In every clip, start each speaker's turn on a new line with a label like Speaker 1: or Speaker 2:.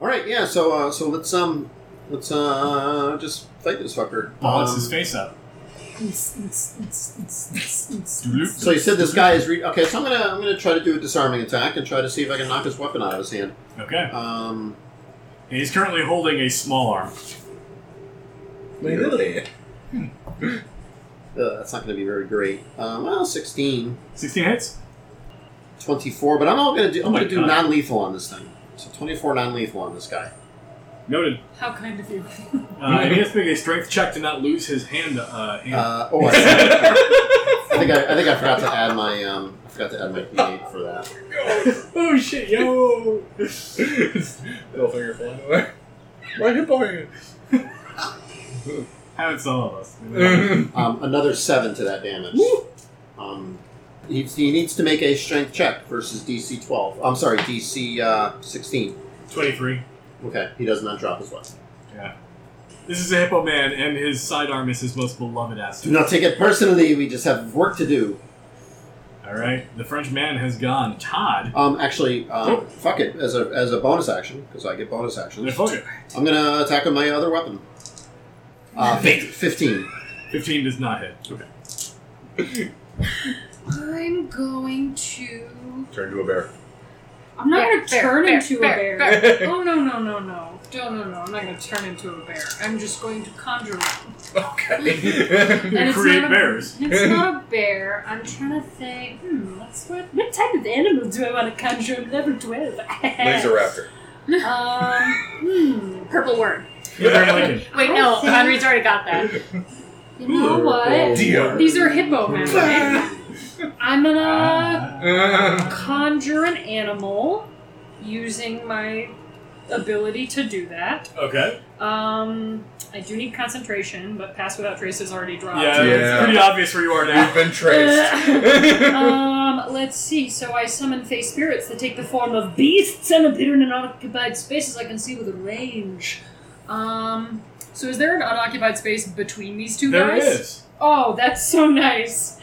Speaker 1: All right, yeah. So uh, so let's um let's uh just fight this fucker.
Speaker 2: Bollocks
Speaker 1: Um,
Speaker 2: his face up.
Speaker 1: So you said this guy is re- okay. So I'm gonna I'm gonna try to do a disarming attack and try to see if I can knock his weapon out of his hand.
Speaker 2: Okay.
Speaker 1: Um,
Speaker 2: And he's currently holding a small arm.
Speaker 3: Really?
Speaker 1: uh, that's not gonna be very great. Um, well, 16,
Speaker 2: 16 hits?
Speaker 1: 24, but I'm all gonna do. I'm
Speaker 2: Oh my
Speaker 1: gonna do
Speaker 2: God.
Speaker 1: non-lethal on this thing. So 24 non-lethal on this guy.
Speaker 2: Noted.
Speaker 4: How kind of you.
Speaker 2: Uh, and he has to make a strength check to not lose his hand. Uh, hand.
Speaker 1: Uh, oh, I, I think I, I think I forgot to add my um I forgot to add my D8 for that.
Speaker 2: oh shit, yo!
Speaker 3: Middle finger flying away. My hip point.
Speaker 2: Haven't some of us.
Speaker 1: Um, another seven to that damage. Um, he, he needs to make a strength check versus DC 12. I'm sorry, DC uh, 16.
Speaker 2: 23.
Speaker 1: Okay, he does not drop his weapon.
Speaker 2: Yeah. This is a hippo man, and his sidearm is his most beloved
Speaker 1: Do
Speaker 2: asset.
Speaker 1: not take it personally. We just have work to do.
Speaker 2: Alright, the French man has gone. Todd.
Speaker 1: Um, actually, um, fuck it. As a as a bonus action, because I get bonus
Speaker 2: The
Speaker 1: actions,
Speaker 2: fucker.
Speaker 1: I'm gonna attack with my other weapon. Uh, fif- fifteen.
Speaker 2: 15 does not hit. Okay.
Speaker 4: I'm going to.
Speaker 3: Turn to a bear.
Speaker 4: I'm not
Speaker 5: Bear,
Speaker 4: going to
Speaker 5: bear,
Speaker 4: turn
Speaker 5: bear,
Speaker 4: into
Speaker 5: bear,
Speaker 4: a bear. oh no no no no no no no! I'm not going to turn into a bear. I'm just going to conjure one.
Speaker 3: Okay.
Speaker 4: And it's
Speaker 2: create
Speaker 4: not a-
Speaker 2: bears.
Speaker 4: It's not a bear. I'm trying to think. Hmm, what's what? What type of animal do I want to conjure? I'm level twelve.
Speaker 3: Laser raptor.
Speaker 4: Um. Hmm.
Speaker 5: Purple worm.
Speaker 2: Abraham Lincoln.
Speaker 5: Wait, no, Henry's already got that.
Speaker 4: You know what?
Speaker 3: Deer.
Speaker 4: These are hippo men. I'm
Speaker 2: Ah.
Speaker 4: gonna
Speaker 2: Uh,
Speaker 4: conjure an animal using my ability to do that.
Speaker 2: okay.
Speaker 4: Um, I do need concentration, but pass without trace is already dropped.
Speaker 2: Yeah,
Speaker 3: Yeah.
Speaker 2: it's pretty obvious where you are
Speaker 3: We've
Speaker 2: now.
Speaker 3: been traced.
Speaker 4: Um, let's see. So I summon fey spirits that take the form of beasts and appear in unoccupied spaces I can see with a range. Um, so is there an unoccupied space between these two
Speaker 2: There it
Speaker 4: guys?
Speaker 2: is.
Speaker 4: Oh, that's so nice.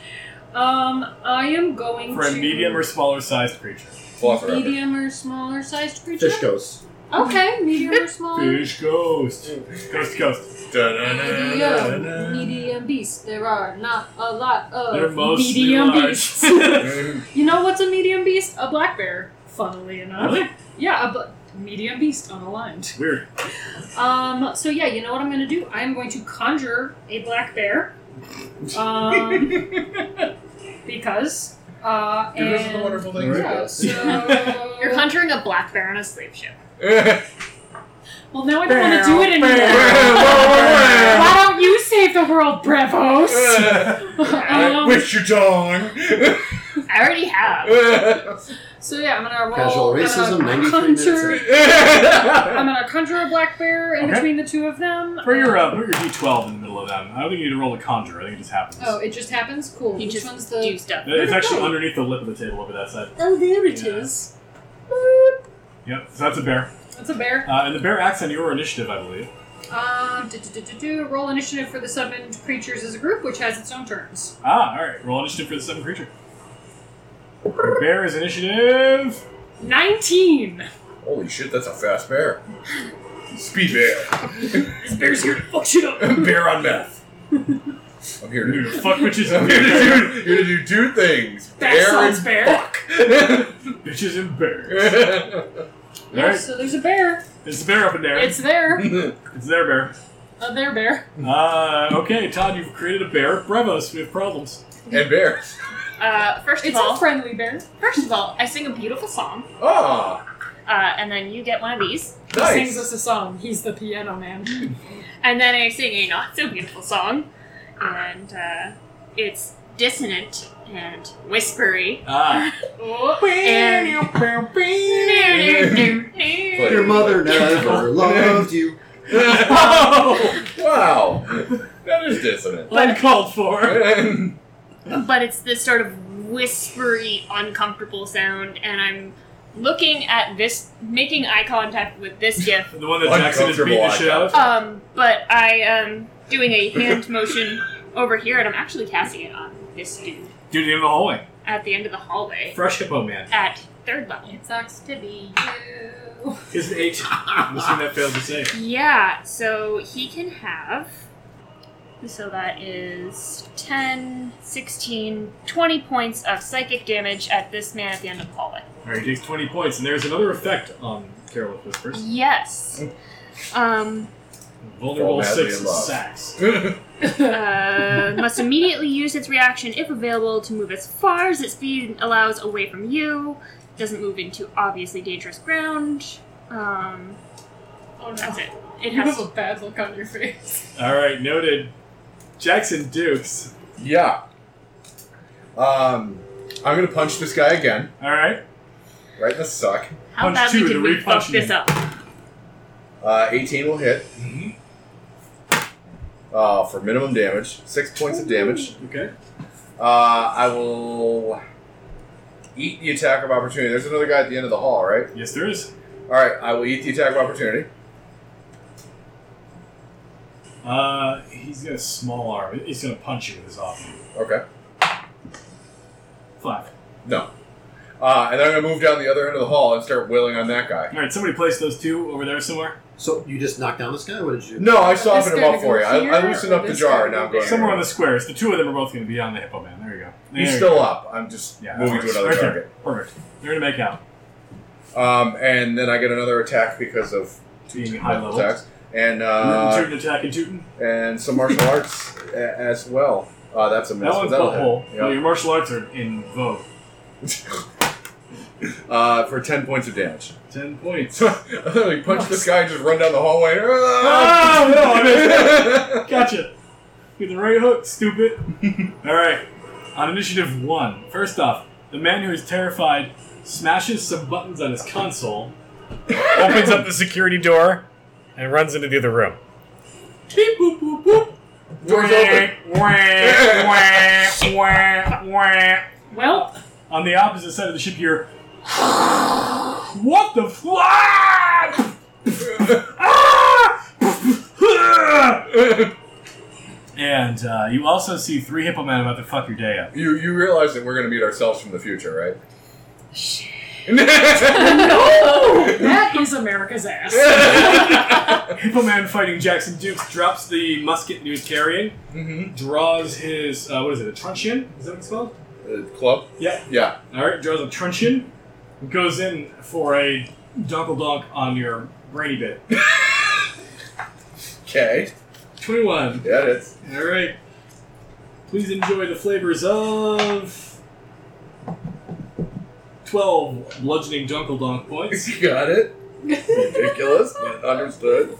Speaker 4: Um, I am going
Speaker 2: For
Speaker 4: to
Speaker 2: a medium or smaller sized creature.
Speaker 3: Velociraptor.
Speaker 4: medium or smaller sized creature.
Speaker 1: Fish ghosts.
Speaker 4: Okay, medium or smaller.
Speaker 2: Fish ghost. Ghost to ghost.
Speaker 4: Medium, medium beasts. There are not a lot of
Speaker 2: They're mostly
Speaker 4: medium
Speaker 2: large.
Speaker 4: beasts. you know what's a medium beast? A black bear. Funnily enough.
Speaker 2: Really?
Speaker 4: Yeah, a bla- medium beast unaligned.
Speaker 2: Weird.
Speaker 4: Um. So yeah, you know what I'm going to do? I'm going to conjure a black bear. Um. because. Uh,
Speaker 3: Dude, this is the
Speaker 4: and-
Speaker 3: wonderful thing.
Speaker 2: Right.
Speaker 4: Yeah, so
Speaker 5: You're conjuring a black bear on a slave ship.
Speaker 4: well, now I don't want to do it anymore.
Speaker 3: Whoa,
Speaker 4: Why don't you save the world, Brevos?
Speaker 3: whoa, whoa.
Speaker 4: um,
Speaker 3: With your tongue.
Speaker 5: I already have.
Speaker 4: So yeah, I'm gonna
Speaker 1: Casual
Speaker 4: roll.
Speaker 1: racism,
Speaker 4: I'm
Speaker 1: 93
Speaker 4: gonna conjure.
Speaker 1: minutes
Speaker 4: I'm gonna conjure a black bear in
Speaker 2: Okay.
Speaker 4: between the two of them.
Speaker 2: Put your,
Speaker 4: um,
Speaker 2: uh, put your d12 in the middle of that. I don't think you need to roll a conjure. I think it just happens.
Speaker 4: Oh, it just happens. Cool.
Speaker 5: You
Speaker 4: Which
Speaker 5: just
Speaker 4: one's the?
Speaker 5: do stuff.
Speaker 2: it's actually underneath the lip of the table over that side.
Speaker 4: Oh, there
Speaker 2: it
Speaker 4: it is.
Speaker 2: Yeah. Yep, so that's a bear.
Speaker 4: That's a bear.
Speaker 2: Uh, and the bear acts on your initiative, I believe.
Speaker 4: Um, do, do, do, do, do. roll initiative for the summoned creatures as a group, which has its own turns.
Speaker 2: Ah, alright. Roll initiative for the seventh creature. The bear is initiative.
Speaker 4: Nineteen.
Speaker 3: Holy shit, that's a fast bear. Speed bear.
Speaker 4: This bear's here to fuck shit up.
Speaker 3: bear on meth. I'm here to
Speaker 2: Dude,
Speaker 3: do.
Speaker 2: fuck witches
Speaker 3: I'm
Speaker 2: and
Speaker 3: here to
Speaker 2: bears.
Speaker 3: do, here to do two things.
Speaker 4: That sounds bear.
Speaker 2: Bitches and bears.
Speaker 3: Fuck.
Speaker 4: Yeah, so there's a bear.
Speaker 2: It's the bear up in there.
Speaker 4: It's there.
Speaker 2: It's their bear.
Speaker 4: A there bear.
Speaker 2: Uh, okay, Todd, you've created a bear. Brevos, we have problems.
Speaker 3: and bear.
Speaker 5: Uh, first of
Speaker 4: It's a
Speaker 5: all,
Speaker 4: friendly bear.
Speaker 5: first of all, I sing a beautiful song,
Speaker 3: Ah,
Speaker 5: uh, and then you get one of these,
Speaker 3: nice.
Speaker 4: He sings us a song. He's the piano man.
Speaker 5: and then I sing a not so beautiful song, and uh, it's dissonant and whispery.
Speaker 2: Ah.
Speaker 4: Oh.
Speaker 5: And
Speaker 1: in. Your mother never loved you.
Speaker 2: oh!
Speaker 3: wow, that is dissonant.
Speaker 2: Uncalled for.
Speaker 5: but it's this sort of whispery, uncomfortable sound, and I'm looking at this, making eye contact with this gift.
Speaker 2: The one that Jackson is beating the shit out of.
Speaker 5: Um, but I am doing a hand motion over here, and I'm actually casting it on this dude
Speaker 2: Dude, in the hallway.
Speaker 5: at the end of the hallway
Speaker 2: Fresh hippo man.
Speaker 5: at third level.
Speaker 4: It sucks to be you. no.
Speaker 2: Is an eight. I'm assuming that failed to save.
Speaker 5: Yeah, so he can have. So that is 10, 16, 20 points of psychic damage at this man at the end of the hallway.
Speaker 2: Alright, he takes 20 points, and there's another effect on Carol with Whispers.
Speaker 5: Yes. Um,
Speaker 2: Vulnerable
Speaker 3: Fall madly
Speaker 2: 6
Speaker 3: in love.
Speaker 2: sacks.
Speaker 5: uh, must immediately use its reaction, if available, to move as far as its speed allows away from you. Doesn't move into obviously dangerous ground. Um,
Speaker 4: Oh no.
Speaker 5: that's it. It
Speaker 4: You
Speaker 5: has
Speaker 4: have a bad look on your face.
Speaker 2: Alright, noted. Jackson Dukes.
Speaker 3: Yeah. Um, I'm gonna punch this guy again,
Speaker 2: Alright.
Speaker 3: right in the suck.
Speaker 5: How
Speaker 2: Punch
Speaker 5: badly
Speaker 2: two
Speaker 5: did
Speaker 2: to
Speaker 5: we fuck
Speaker 2: repunch
Speaker 5: this
Speaker 2: you.
Speaker 5: up?
Speaker 3: Uh, 18 will hit
Speaker 2: Mm-hmm.
Speaker 3: uh, for minimum damage, six points of damage.
Speaker 2: Okay.
Speaker 3: Uh, I will eat the attack of opportunity. There's another guy at the end of the hall, right?
Speaker 2: Yes, there is.
Speaker 3: All right, I will eat the attack of opportunity.
Speaker 2: Uh, he's got a small arm. He's gonna punch you with his off.
Speaker 3: Okay.
Speaker 2: Five.
Speaker 3: No. Uh, and then I'm gonna move down the other end of the hall and start wailing on that guy.
Speaker 2: Alright, somebody place those two over there somewhere.
Speaker 1: So you just knocked down this guy? What did you do?
Speaker 3: No, I
Speaker 4: This
Speaker 3: softened him
Speaker 4: guy
Speaker 3: up for you.
Speaker 4: goes here,
Speaker 3: I, I loosened up
Speaker 4: or
Speaker 3: the
Speaker 4: this
Speaker 3: jar,
Speaker 4: guy
Speaker 3: and now I'm
Speaker 4: goes
Speaker 3: going.
Speaker 2: Somewhere on the squares. The two of them are both gonna be on the Hippo Man. There you go. There
Speaker 3: He's
Speaker 2: you
Speaker 3: still
Speaker 2: go.
Speaker 3: up. I'm just
Speaker 2: Yeah, that
Speaker 3: moving to
Speaker 2: works.
Speaker 3: another
Speaker 2: Right there.
Speaker 3: target.
Speaker 2: Perfect. They're gonna make out.
Speaker 3: Um, and then I get another attack because of
Speaker 2: Being high level.
Speaker 3: attacks. And
Speaker 2: Uh,
Speaker 3: uh,
Speaker 2: Tootin' attack and Tootin'.
Speaker 3: and some martial arts a- as well. Uh, that's a
Speaker 2: That
Speaker 3: mess.
Speaker 2: one's
Speaker 3: That'll
Speaker 2: butthole.
Speaker 3: hit.
Speaker 2: Well, your martial arts are in vogue.
Speaker 3: Yep. Uh, for ten points of damage.
Speaker 2: Ten points.
Speaker 3: So I literally punch this guy and just run down the hallway.
Speaker 2: oh, no, I missed.
Speaker 3: Ah!
Speaker 2: Gotcha. Get the right hook, stupid. Alright. On initiative one. First off, the man who is terrified smashes some buttons on his console, opens up the security door, and runs into the other room. Beep boop boop boop.
Speaker 3: Door's open.
Speaker 4: Well,
Speaker 2: On the opposite side of the ship here. What the fuck? Ah! and uh, you also see three hippo men about to fuck your day up.
Speaker 3: You you realize that we're gonna meet ourselves from the future, right?
Speaker 4: no! That is America's ass.
Speaker 2: Hippo man fighting Jackson Dukes drops the musket he was carrying,
Speaker 3: mm-hmm.
Speaker 2: draws his uh, what is it? A truncheon? Is that what it's called?
Speaker 3: uh, club.
Speaker 2: Yeah.
Speaker 3: Yeah.
Speaker 2: All right, draws a truncheon, goes in for a donkle donk on your brainy bit.
Speaker 3: Okay.
Speaker 2: Twenty-one.
Speaker 3: Yeah, it is.
Speaker 2: All right. Please enjoy the flavors of twelve bludgeoning Dunkle Donk points.
Speaker 3: You got it. Ridiculous. Understood.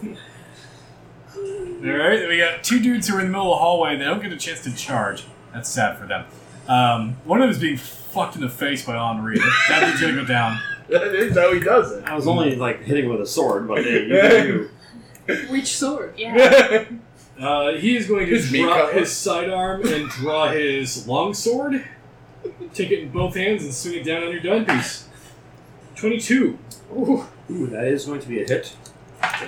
Speaker 2: All right. Then we got two dudes who are in the middle of the hallway. They don't get a chance to charge. That's sad for them. Um, one of them is being fucked in the face by Henri. That dude's gonna go down.
Speaker 3: That is how he does it.
Speaker 1: I was only like hitting with a sword, but hey, you do you.
Speaker 4: Which sword?
Speaker 5: Yeah.
Speaker 2: Uh, he is going to
Speaker 3: His meat
Speaker 2: drop
Speaker 3: cutlet.
Speaker 2: his sidearm and draw his longsword. Take it in both hands and swing it down on your dime piece. Twenty-two.
Speaker 4: Ooh,
Speaker 1: Ooh, that is going to be a hit.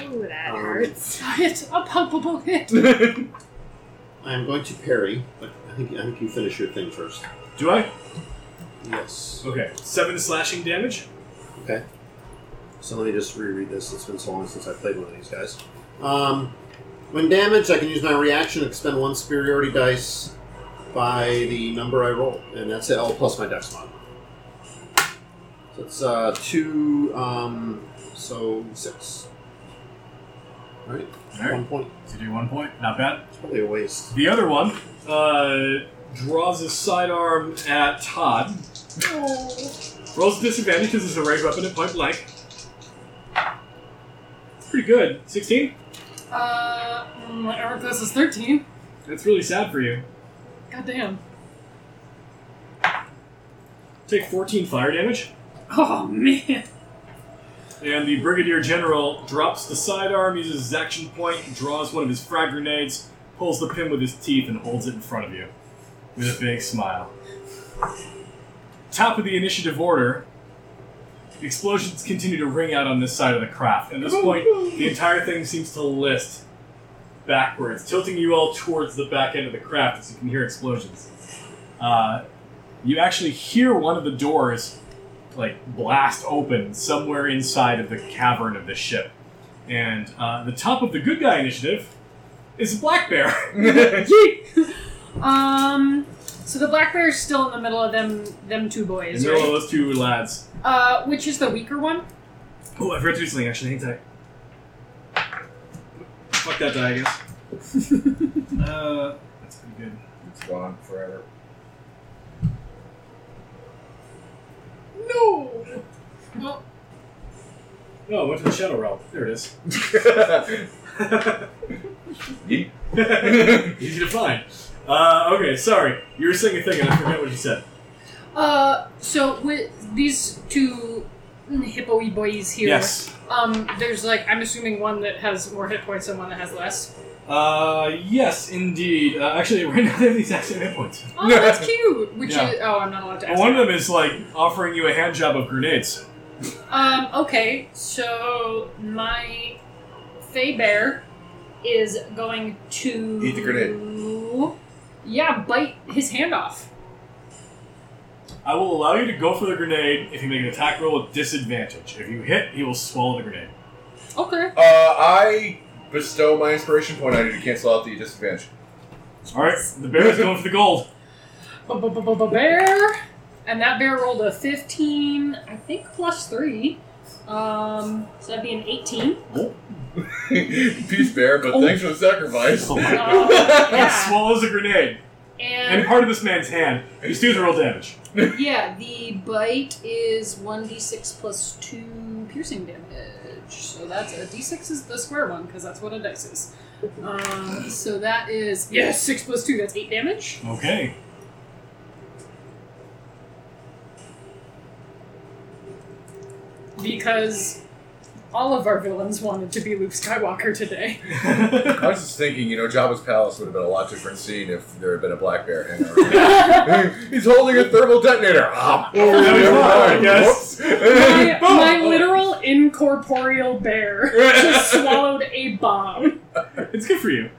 Speaker 5: Ooh, that
Speaker 1: Um,
Speaker 5: hurts.
Speaker 4: it's a palpable hit.
Speaker 1: I am going to parry, but I think I think you finish your thing first.
Speaker 2: Do I?
Speaker 1: Yes.
Speaker 2: Okay. Seven slashing damage.
Speaker 1: Okay. So let me just reread this. It's been so long since I played one of these guys. Um, when damaged, I can use my reaction to expend one superiority dice by the number I roll, and that's L plus my dex mod. So it's uh, two, um, so six. All right,
Speaker 2: All right.
Speaker 1: one point.
Speaker 2: To do one point, not bad.
Speaker 1: It's probably a waste.
Speaker 2: The other one uh, draws his sidearm at Todd. Rolls disadvantage because it's a ranged weapon at point blank. Pretty good. 16?
Speaker 4: Uh, mm, Eric, this is 13.
Speaker 2: That's really sad for you.
Speaker 4: Goddamn.
Speaker 2: Take 14 fire damage.
Speaker 4: Oh, man.
Speaker 2: And the Brigadier General drops the sidearm, uses his action point, draws one of his frag grenades, pulls the pin with his teeth, and holds it in front of you with a big smile. Top of the initiative order, explosions continue to ring out on this side of the craft. At this point, the entire thing seems to list backwards, tilting you all towards the back end of the craft as you can hear explosions. Uh, you actually hear one of the doors like blast open somewhere inside of the cavern of the ship. And uh, the top of the good guy initiative is a black bear.
Speaker 4: Um, so the black bear is still in the middle of them them two
Speaker 2: In
Speaker 4: boys,
Speaker 2: the middle
Speaker 4: right?
Speaker 2: of those two lads.
Speaker 4: Uh, which is the weaker one?
Speaker 2: Oh, I forgot to do something actually. Hang tight. Fuck that die, I guess. uh, that's pretty good.
Speaker 3: It's gone forever.
Speaker 4: No. Well,
Speaker 2: No, I Oh, went to the Shadow Realm. There it is.
Speaker 3: Yeet.
Speaker 2: Easy to find. Uh, okay, sorry. You were saying a thing and I forgot what you said.
Speaker 4: uh, so with these two hippo-y boys here,
Speaker 2: Yes.
Speaker 4: um, there's like I'm assuming one that has more hit points and one that has less.
Speaker 2: Uh, yes, indeed. Uh, actually, right now they have the exact same hit points.
Speaker 4: Oh, that's cute. Which
Speaker 2: Yeah.
Speaker 4: is oh, I'm not allowed to ask.
Speaker 2: One of
Speaker 4: that.
Speaker 2: them is like offering you a hand job of grenades.
Speaker 4: Um, okay, so my Fey Bear is going to
Speaker 3: Eat the
Speaker 4: Yeah, bite his hand off.
Speaker 2: I will allow you to go for the grenade if you make an attack roll with disadvantage. If you hit, he will swallow the grenade.
Speaker 4: Okay.
Speaker 3: Uh, I bestow my inspiration point on you to cancel out the disadvantage.
Speaker 2: All right, the bear is going for the gold.
Speaker 4: Bear, and that bear rolled a 15, I think plus three. Um, so that'd be an 18.
Speaker 3: Peace, bear, but thanks for the sacrifice.
Speaker 2: Oh
Speaker 4: Uh,
Speaker 2: my He
Speaker 4: yeah.
Speaker 2: swallows a grenade and
Speaker 4: And
Speaker 2: part of this man's hand. These dudes are real damage.
Speaker 4: yeah, the bite is 1d6 plus 2 piercing damage. So that's a d6 is the square one because that's what a dice is. Um, so that is yes, 6 plus 2, that's 8 damage.
Speaker 2: Okay.
Speaker 4: Because all of our villains wanted to be Luke Skywalker today.
Speaker 3: I was just thinking, you know, Jabba's palace would have been a lot different scene if there had been a black bear hanging
Speaker 4: my,
Speaker 3: around. He's holding a thermal detonator. Ah,
Speaker 2: that was
Speaker 3: never
Speaker 2: mine,
Speaker 3: mind.
Speaker 2: yes.
Speaker 3: Whoops.
Speaker 4: my literal incorporeal bear just swallowed a bomb.
Speaker 2: it's good for you.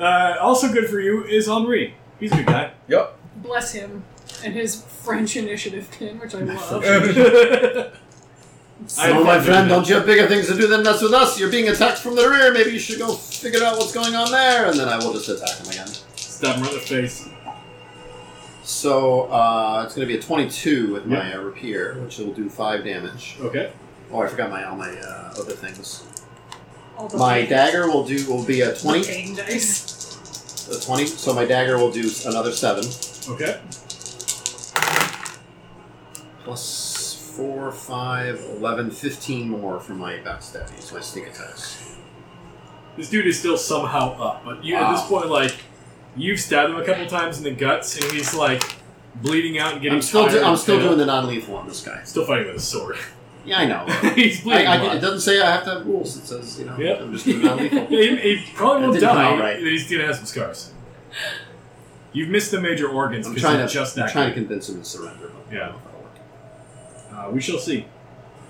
Speaker 2: Uh, also good for you is Henri. He's a good guy.
Speaker 3: yep.
Speaker 4: Bless him. And his French initiative pin, which I love.
Speaker 2: I
Speaker 1: oh, my
Speaker 2: love
Speaker 1: friend,
Speaker 2: you.
Speaker 1: don't you have bigger things to do than mess with us? You're being attacked from the rear. Maybe you should go figure out what's going on there, and then I will just attack him again.
Speaker 2: Stab him right in the face.
Speaker 1: So uh, it's going to be a 22 with my uh, rapier, which will do five damage.
Speaker 2: Okay.
Speaker 1: Oh, I forgot my all my uh, other things.
Speaker 4: All the
Speaker 1: My
Speaker 4: things.
Speaker 1: dagger will do will be a 20,
Speaker 4: Pain dice.
Speaker 1: a 20. So my dagger will do another seven
Speaker 2: Okay.
Speaker 1: plus four, five, 11, 15 more for my backstabby, so my sneak attacks.
Speaker 2: This dude is still somehow up, but you at
Speaker 1: Wow.
Speaker 2: this point, like, you've stabbed him a couple times in the guts, and he's like bleeding out and getting
Speaker 1: I'm still
Speaker 2: tired.
Speaker 1: do, I'm still
Speaker 2: and
Speaker 1: doing the non-lethal on this guy.
Speaker 2: still fighting with a sword.
Speaker 1: Yeah, I know.
Speaker 2: he's
Speaker 1: I,
Speaker 2: bleeding. a
Speaker 1: I,
Speaker 2: lot.
Speaker 1: it doesn't say I have to have rules. It says you know
Speaker 2: Yep.
Speaker 1: I'm just doing non-lethal.
Speaker 2: he, he
Speaker 1: That
Speaker 2: probably won't
Speaker 1: didn't come
Speaker 2: die,
Speaker 1: out right.
Speaker 2: but he's gonna have some scars. You've missed the major organs
Speaker 1: I'm
Speaker 2: because
Speaker 1: trying
Speaker 2: you're
Speaker 1: to
Speaker 2: just
Speaker 1: I'm
Speaker 2: that.
Speaker 1: trying to convince him to surrender. But
Speaker 2: Yeah. Uh, we shall see.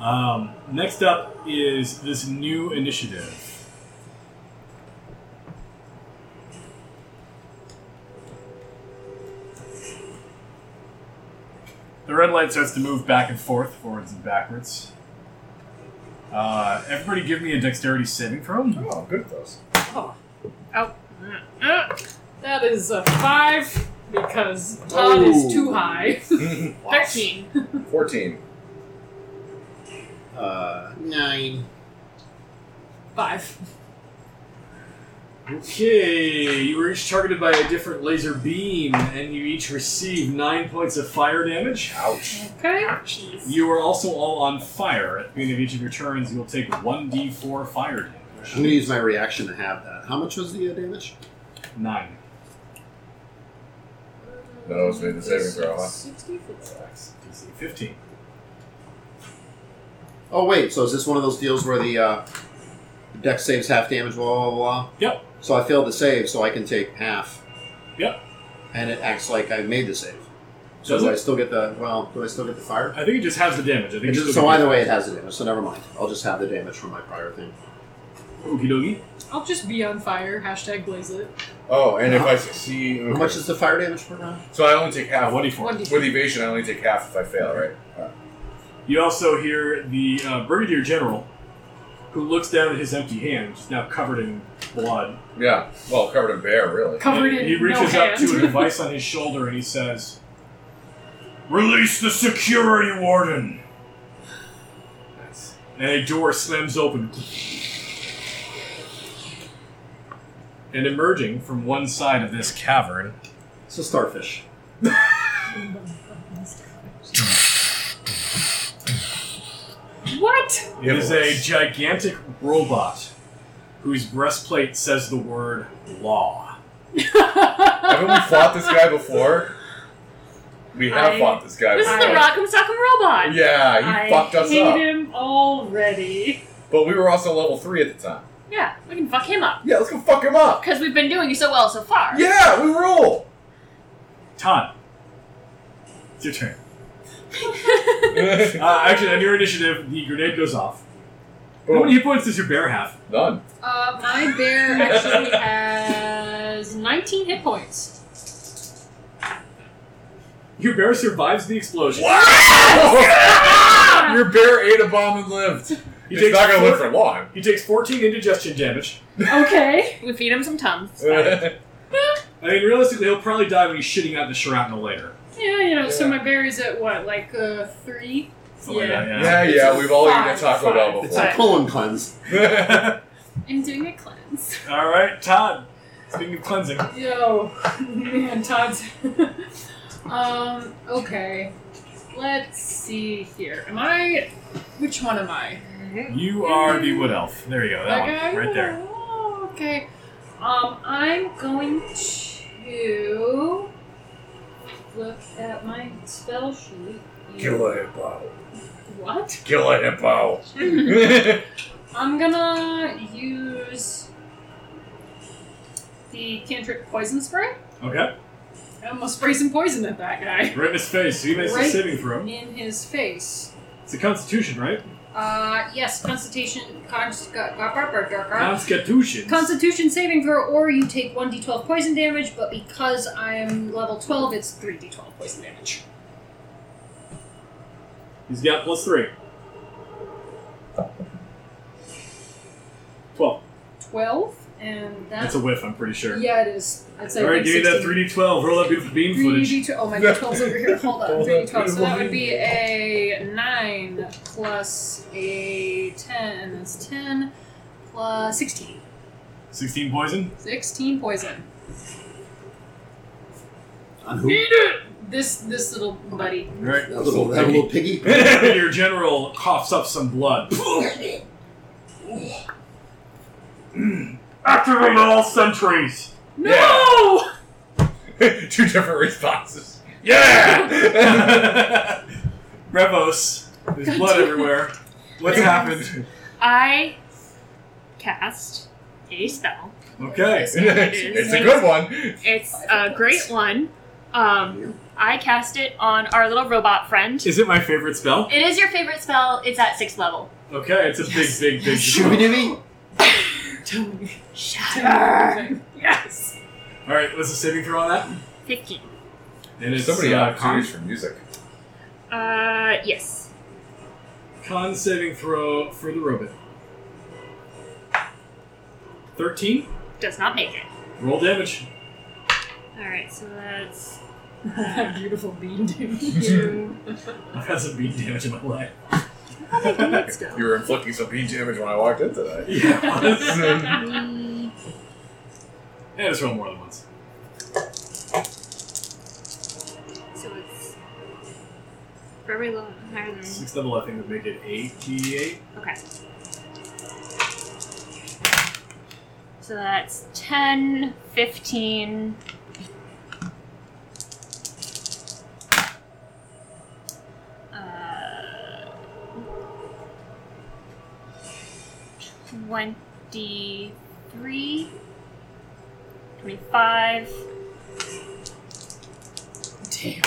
Speaker 2: Um, next up is this new initiative. The red light starts to move back and forth, forwards and backwards. Uh, everybody give me a dexterity saving throw.
Speaker 3: Oh, good at those.
Speaker 4: Oh,
Speaker 5: Oh. Mm, uh,
Speaker 4: that is a 5 because Todd
Speaker 1: Ooh.
Speaker 4: is too high.
Speaker 5: 13.
Speaker 3: 14.
Speaker 1: Uh, nine.
Speaker 4: 5.
Speaker 2: Okay, you were each targeted by a different laser beam, and you each receive nine points of fire damage.
Speaker 3: Ouch.
Speaker 4: Okay.
Speaker 5: Ouchies.
Speaker 2: You are also all on fire. At the beginning of each of your turns, you will take 1d4 fire
Speaker 1: I'm
Speaker 2: damage.
Speaker 1: gonna use my reaction to have that. How much was the uh, damage?
Speaker 2: Nine.
Speaker 3: No, it's made the saving throw, huh?
Speaker 4: 64.
Speaker 2: DC 15.
Speaker 1: Oh wait, so is this one of those deals where the uh, deck saves half damage? Blah blah blah.
Speaker 2: Yep.
Speaker 1: So I failed to save, so I can take half.
Speaker 2: Yep.
Speaker 1: And it acts like I made the save. So
Speaker 2: Does
Speaker 1: do
Speaker 2: it?
Speaker 1: I still get the well? Do I still get the fire?
Speaker 2: I think it just has the damage. I think
Speaker 1: It
Speaker 2: it's
Speaker 1: just- so either way, it has the damage. So never mind. I'll just have the damage from my prior thing.
Speaker 2: Okie dokie.
Speaker 4: I'll just be on fire. Hashtag blaze it.
Speaker 3: Oh, and if I succeed.
Speaker 1: How much is the fire damage per round?
Speaker 3: So I only take half.
Speaker 2: Uh, 1d4.
Speaker 4: One d-
Speaker 3: With evasion, I only take half if I fail, right?
Speaker 2: You also hear the uh, brigadier general, who looks down at his empty hand, which is now covered in blood.
Speaker 3: Yeah. Well, covered in bear, really.
Speaker 4: Covered
Speaker 2: And
Speaker 4: in
Speaker 2: he reaches
Speaker 4: no
Speaker 2: up
Speaker 4: hand.
Speaker 2: to a device on his shoulder and he says, "Release the security warden." And a door slams open, and emerging from one side of this cavern
Speaker 1: It's a starfish.
Speaker 4: what?
Speaker 2: It is a gigantic robot whose breastplate says the word law.
Speaker 3: Haven't we fought this guy before? We have
Speaker 5: I-
Speaker 3: fought this guy
Speaker 5: This is the
Speaker 3: before.
Speaker 5: Rock'em Sock'em Robot.
Speaker 3: Yeah, he
Speaker 5: I
Speaker 3: fucked us
Speaker 5: hate
Speaker 3: up.
Speaker 5: him already.
Speaker 3: But we were also level three at the time.
Speaker 5: Yeah, we can fuck him up
Speaker 3: Yeah, let's go fuck him up.
Speaker 5: because we've been doing so well so far.
Speaker 3: Yeah, we rule.
Speaker 2: Todd, it's your turn. Uh, actually, on your initiative, the grenade goes off. How many
Speaker 3: Boom.
Speaker 2: hit points does your bear have?
Speaker 3: None.
Speaker 4: Uh, my bear actually has 19 hit points.
Speaker 2: Your bear survives the explosion.
Speaker 3: Your bear ate a bomb and lived.
Speaker 2: He
Speaker 3: He's not gonna
Speaker 2: four-
Speaker 3: live for long.
Speaker 2: He takes 14 indigestion damage.
Speaker 4: Okay.
Speaker 5: We feed him some tums.
Speaker 2: I mean, realistically, he'll probably die when he's shitting out the shrapnel later.
Speaker 4: Yeah, you know, so my bear is at what, like uh, three?
Speaker 2: Something like that,
Speaker 3: Oh, yeah, yeah, we've all eaten at Taco Bell
Speaker 1: It's
Speaker 3: before.
Speaker 1: a colon cleanse.
Speaker 2: yeah.
Speaker 4: I'm doing a cleanse.
Speaker 2: All right, Todd. Speaking of cleansing,
Speaker 4: Yo, man, Todd's. um, okay. Let's see here. Am I. Which one am I?
Speaker 2: you are the wood elf. There you go, that one. Right there.
Speaker 4: Oh, okay. Um, I'm going to look at my spell sheet.
Speaker 3: Kill a hippo.
Speaker 4: What?
Speaker 3: Kill a hippo.
Speaker 4: I'm gonna use the cantrip poison spray.
Speaker 2: Okay.
Speaker 4: I'm gonna spray some poison at that guy
Speaker 2: Right in his face. He makes a
Speaker 4: Right.
Speaker 2: saving throw.
Speaker 4: in his face.
Speaker 2: It's a constitution, right?
Speaker 4: Uh, yes, Constitution. Const- gu- gu- gu- gu- gu-
Speaker 2: Constitution.
Speaker 4: Constitution saving throw, or you take 1d12 poison damage, but because I'm level 12, it's 3d12 poison damage.
Speaker 2: He's got plus three. Twelve.
Speaker 4: 12, and
Speaker 2: That's
Speaker 4: that's.
Speaker 2: a whiff, I'm pretty sure.
Speaker 4: yeah, it is. It's
Speaker 2: All right, give me that 3d12. Roll that beautiful bean footage.
Speaker 4: 3d12. Oh, my d12's over here. Hold on.
Speaker 3: Hold
Speaker 4: 3d12.
Speaker 3: that
Speaker 4: So that
Speaker 3: beautiful
Speaker 4: would be a 9 plus a 10, and that's 10 plus 16.
Speaker 2: 16 poison.
Speaker 4: 16 poison.
Speaker 1: On who?
Speaker 4: This this little buddy.
Speaker 2: All right.
Speaker 1: That little, that little piggy.
Speaker 2: Your general coughs up some blood. Activate all sentries.
Speaker 4: No!
Speaker 3: Two different responses. Yeah.
Speaker 2: Revos. There's blood everywhere. What's happened?
Speaker 5: I cast a spell.
Speaker 2: Okay.
Speaker 3: it's a good one.
Speaker 5: It's a great one. Um, I cast it on our little robot friend.
Speaker 2: Is it my favorite spell?
Speaker 5: It is your favorite spell. It's at sixth level.
Speaker 2: Okay, it's a
Speaker 4: Yes.
Speaker 2: big, big, big.
Speaker 1: Shooby dooby.
Speaker 5: Shatter. Yes.
Speaker 2: All right, what's the saving throw on that?
Speaker 5: Fifteen.
Speaker 2: And it's
Speaker 3: Somebody
Speaker 2: uh,
Speaker 3: out of
Speaker 2: con,
Speaker 3: for music.
Speaker 5: Uh, yes.
Speaker 2: con saving throw for the robot. Thirteen.
Speaker 5: Does not make it.
Speaker 2: Roll damage.
Speaker 5: All right. So that's
Speaker 4: Beautiful bean, dude.
Speaker 5: two.
Speaker 2: I've had some beat damage in my life.
Speaker 5: How many grenades go?
Speaker 3: You were inflicting some bean damage when I walked in today.
Speaker 2: Yeah.
Speaker 5: Three.
Speaker 2: yeah, just roll more than once.
Speaker 5: So it's for every level higher than
Speaker 2: Sixth level, I think, would make it eight d8.
Speaker 5: Okay. So that's 10, 15. uh, 23, 25,
Speaker 4: Damn.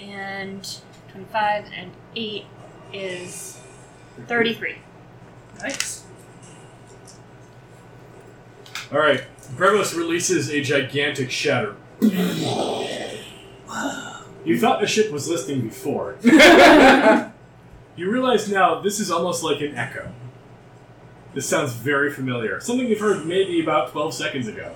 Speaker 5: and 25 and 8 is 33.
Speaker 4: Nice.
Speaker 2: All right. Brevos releases a gigantic shatter. You thought the ship was listening before. You realize now this is almost like an echo. This sounds very familiar. Something you've heard maybe about 12 seconds ago.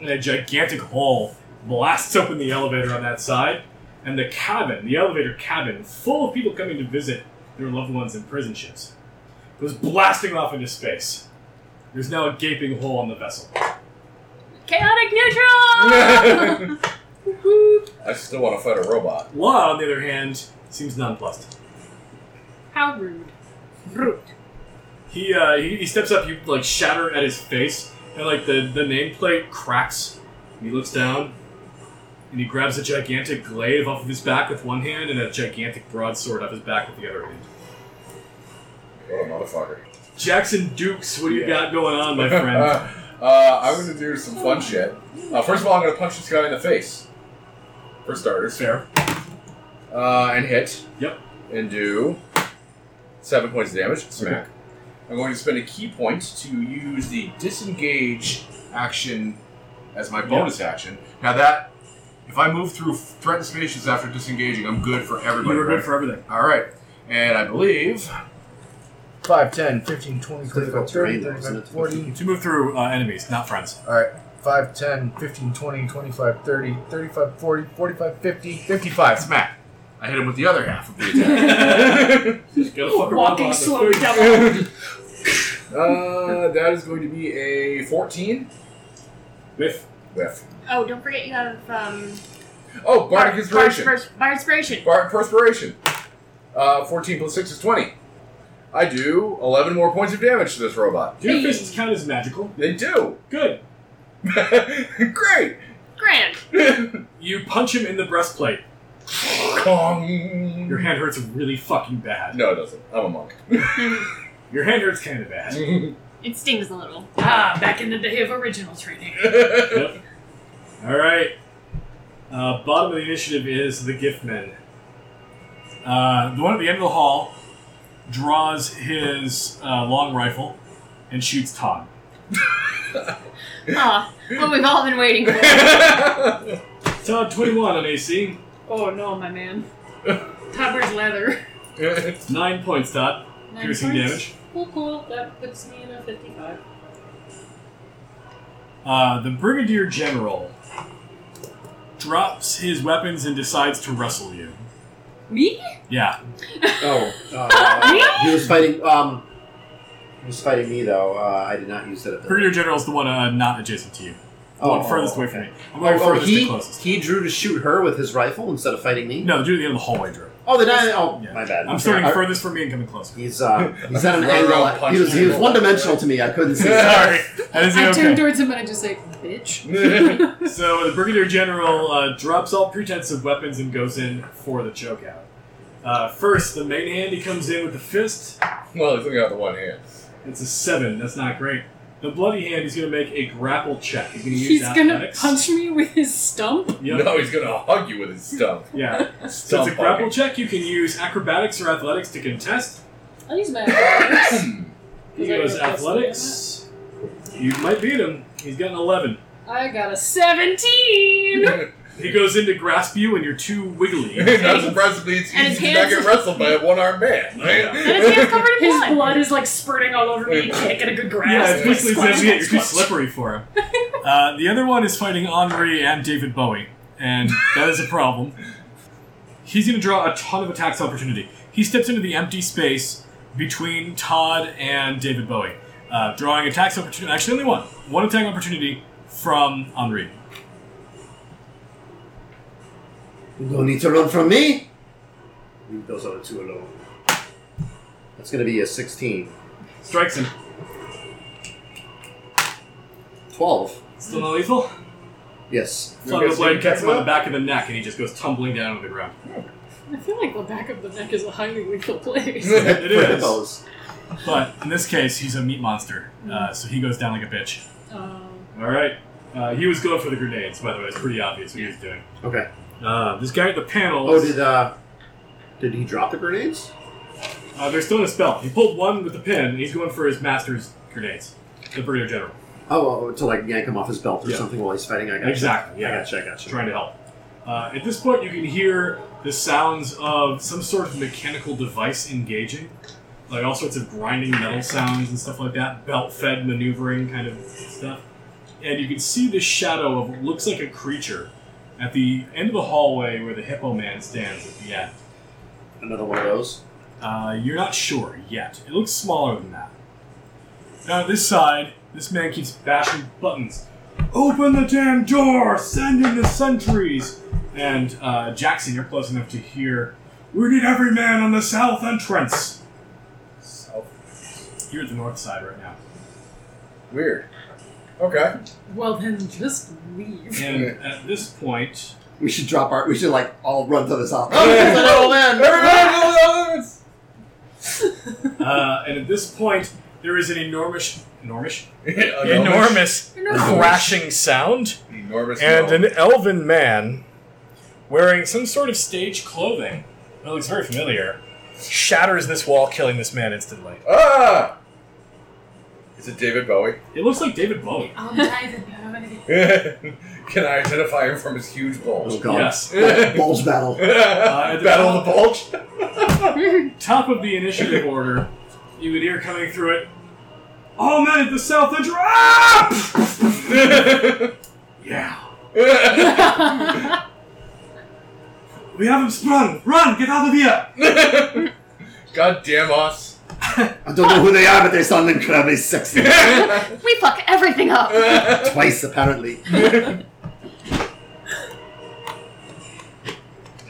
Speaker 2: And a gigantic hole blasts open the elevator on that side, and the cabin, the elevator cabin, full of people coming to visit their loved ones in prison ships, goes blasting off into space. There's now a gaping hole on the vessel.
Speaker 5: Chaotic neutral!
Speaker 3: I still want to fight a robot.
Speaker 2: Law, on the other hand, seems nonplussed.
Speaker 4: How rude.
Speaker 2: He, uh, he he steps up, you like shatter at his face, and like the the nameplate cracks. And he looks down, and he grabs a gigantic glaive off of his back with one hand, and a gigantic broadsword off his back with the other hand.
Speaker 3: What a motherfucker.
Speaker 2: Jackson Dukes, what do you got going on, my friend?
Speaker 3: uh, I'm going to do some fun shit. Uh, first of all, I'm going to punch this guy in the face. For starters.
Speaker 2: Fair.
Speaker 3: Uh, and hit.
Speaker 2: Yep.
Speaker 3: And do seven points of damage. Smack. I'm going to spend a key point to use the disengage action as my bonus action. Now that, if I move through threatened spaces after disengaging, I'm good for
Speaker 2: You
Speaker 3: everybody.
Speaker 2: were
Speaker 3: right?
Speaker 2: good for everything.
Speaker 3: All right. And I believe
Speaker 6: 5, 10, 15, 20, 25,
Speaker 1: difficult
Speaker 6: 30,
Speaker 1: terrain, isn't
Speaker 6: 35,
Speaker 1: it?
Speaker 6: 40.
Speaker 2: To move through uh, enemies, not friends.
Speaker 6: Alright. 5, 10, 15, 20, 25, 30, 35, 40, 45, 50, 55.
Speaker 3: smack. I hit him with the other half of the attack.
Speaker 2: Just gotta fuck around
Speaker 4: Walking
Speaker 2: on the
Speaker 4: slow
Speaker 2: food.
Speaker 4: double.
Speaker 3: uh, that is going to be a 14
Speaker 2: With
Speaker 3: with.
Speaker 5: oh, don't forget you have um,
Speaker 3: Oh, Bardic
Speaker 5: Bard-
Speaker 3: Inspiration.
Speaker 5: Bard- Bard Inspiration.
Speaker 3: Bardic Perspiration. Uh, 14 plus 6 is 20. I do 11 more points of damage to this robot.
Speaker 2: do your
Speaker 5: Hey.
Speaker 2: fists count as magical?
Speaker 3: They do.
Speaker 2: Good.
Speaker 3: Great.
Speaker 5: Grand.
Speaker 2: You punch him in the breastplate.
Speaker 3: Kong.
Speaker 2: Your hand hurts really fucking bad.
Speaker 3: No, it doesn't. I'm a monk.
Speaker 2: Your hand hurts kind of bad.
Speaker 5: It stings a little.
Speaker 4: Ah, back in the day of original training.
Speaker 2: Yep. All right. Uh, bottom of the initiative is the gift men. Uh, the one at the end of the hall draws his uh, long rifle and shoots Todd.
Speaker 5: Ah, what we've all been waiting for.
Speaker 2: Todd, 21 on AC.
Speaker 4: Oh no, my man. Topper's leather.
Speaker 2: Nine points, Todd.
Speaker 4: Nine
Speaker 2: Piercing
Speaker 4: points.
Speaker 2: damage.
Speaker 4: Cool, cool. That puts me in a 55.
Speaker 2: Uh, the Brigadier General drops his weapons and decides to wrestle you.
Speaker 4: Me?
Speaker 2: Yeah.
Speaker 1: Oh, uh, he was fighting. Um, he was fighting me though. Uh, I did not use that ability.
Speaker 2: Brigadier General is the one uh, not adjacent to you. The
Speaker 1: Oh,
Speaker 2: one furthest
Speaker 1: oh,
Speaker 2: away
Speaker 1: okay.
Speaker 2: from me. I'm
Speaker 1: Oh,
Speaker 2: going
Speaker 1: oh,
Speaker 2: furthest
Speaker 1: he,
Speaker 2: to closest.
Speaker 1: he drew to shoot her with his rifle instead of fighting me.
Speaker 2: No, the dude at the end of the hallway drew.
Speaker 1: Oh, the guy. Oh,
Speaker 2: Yeah.
Speaker 1: my bad.
Speaker 2: I'm starting
Speaker 1: I-
Speaker 2: furthest from me and coming closer.
Speaker 1: He's uh, he's at an
Speaker 3: Run around
Speaker 1: angle. He
Speaker 3: punching
Speaker 1: was, he was
Speaker 3: people.
Speaker 1: one dimensional to me. I couldn't see.
Speaker 2: Sorry. That is
Speaker 4: I
Speaker 2: okay.
Speaker 4: turn towards him and I just say, bitch.
Speaker 2: so the Brigadier General uh, drops all pretense of weapons and goes in for the chokeout. Uh, first, the main hand, he comes in with the fist.
Speaker 3: well, he's only got the one hand.
Speaker 2: It's a seven. That's not great. The bloody hand, he's going to make a grapple check. He's going to use
Speaker 4: He's gonna
Speaker 2: athletics.
Speaker 4: punch me with his stump.
Speaker 2: Yep.
Speaker 3: No, he's gonna hug you with his stump.
Speaker 2: Yeah. So
Speaker 3: Stump
Speaker 2: it's a grapple check. You can use acrobatics or athletics to contest.
Speaker 4: I use my athletics.
Speaker 2: He goes
Speaker 4: Is that your best
Speaker 2: athletics. You might beat him. He's got an 11.
Speaker 4: I got a 17!
Speaker 3: hugging.
Speaker 2: He goes in to grasp you, and you're too wiggly.
Speaker 3: Not surprisingly, it's
Speaker 5: And his
Speaker 3: easy to not
Speaker 5: hands-
Speaker 3: get wrestled by a one-armed man.
Speaker 5: And his hand's covered in
Speaker 4: His
Speaker 5: blood.
Speaker 4: blood is like spurting all over me. You can't get a good
Speaker 2: Yeah,
Speaker 4: grasp.
Speaker 2: it's basically
Speaker 4: Squash,
Speaker 2: the idea. You're too
Speaker 4: squash.
Speaker 2: slippery for him. Uh, the other one is fighting Henri and David Bowie, and that is a problem. He's going to draw a ton of attacks opportunity. He steps into the empty space between Todd and David Bowie, uh, drawing attacks opportunity. Actually, only one. One attack opportunity from Henri.
Speaker 1: You don't need to run from me. Leave those other two alone. That's gonna be a 16.
Speaker 2: Strikes him.
Speaker 1: 12.
Speaker 2: Still not lethal.
Speaker 1: Yes.
Speaker 2: Flung the blade cuts him on the back of the neck, and he just goes tumbling down to the ground.
Speaker 4: I feel like the back of the neck is a highly lethal place.
Speaker 2: It is.
Speaker 1: Those.
Speaker 2: But in this case, he's a meat monster, uh, so he goes down like a bitch.
Speaker 4: um,
Speaker 2: All right. Uh, he was going for the grenades, by the way. It's pretty obvious what he was doing.
Speaker 1: Okay.
Speaker 2: Uh, this guy at the panel.
Speaker 1: Oh, did uh, did he drop the grenades?
Speaker 2: uh, they're still in a spell. He pulled one with the pin, and he's going for his master's grenades, the Brigadier General.
Speaker 1: Oh, oh, to like yank him off his belt or
Speaker 2: Yeah.
Speaker 1: something while he's fighting. I got
Speaker 2: Exactly.
Speaker 1: I
Speaker 2: Yeah,
Speaker 1: gotcha. I gotcha.
Speaker 2: trying to help. Uh, at this point, you can hear the sounds of some sort of mechanical device engaging, like all sorts of grinding metal sounds and stuff like that, belt-fed maneuvering kind of stuff. And you can see the shadow of what looks like a creature at the end of the hallway where the hippo man stands at the end.
Speaker 1: Another one of those.
Speaker 2: Uh, you're not sure yet. It looks smaller than that. Now, this side, this man keeps bashing buttons. Open the damn door! Send in the sentries! And uh, Jackson, you're close enough to hear. We need every man on the south entrance! South. You're at the north side right now.
Speaker 3: Weird. Okay.
Speaker 4: Well, then just leave.
Speaker 2: And at this point,
Speaker 7: We should drop our. We should like all run to the south.
Speaker 3: Oh, yeah.
Speaker 2: uh, and at this point, there is an enormous, enormous,
Speaker 8: Enormous crashing sound,
Speaker 3: Enormous.
Speaker 8: and
Speaker 3: no.
Speaker 8: an elven man wearing some sort of
Speaker 2: stage clothing. That looks very familiar.
Speaker 8: shatters this wall, killing this man instantly.
Speaker 3: ah. Is it David Bowie?
Speaker 2: It looks like David Bowie.
Speaker 4: I'm diving.
Speaker 3: Can I identify him from his huge
Speaker 7: Oh
Speaker 3: bulge?
Speaker 7: god.
Speaker 2: Yes.
Speaker 8: Uh,
Speaker 7: Bulge battle.
Speaker 3: Battle of the bulge.
Speaker 2: top of the initiative order, you would hear coming through it, all men at the south entrance. Ah! yeah, we have him sprung. Run, get out of here.
Speaker 3: God damn us.
Speaker 7: I don't know who they are, but they sound incredibly sexy.
Speaker 5: We fuck everything up.
Speaker 3: Uh,
Speaker 7: Twice apparently.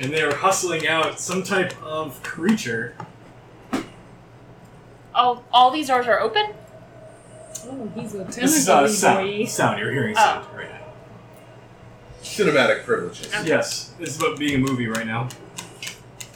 Speaker 2: And they are hustling out some type of creature.
Speaker 5: Oh, all these doors are open.
Speaker 4: Oh, he's a
Speaker 2: This is uh,
Speaker 4: tentacle
Speaker 2: sound.
Speaker 4: boy.
Speaker 2: Sound. You're hearing sound right now.
Speaker 3: Cinematic privileges.
Speaker 2: Yes, this is about being a movie right now.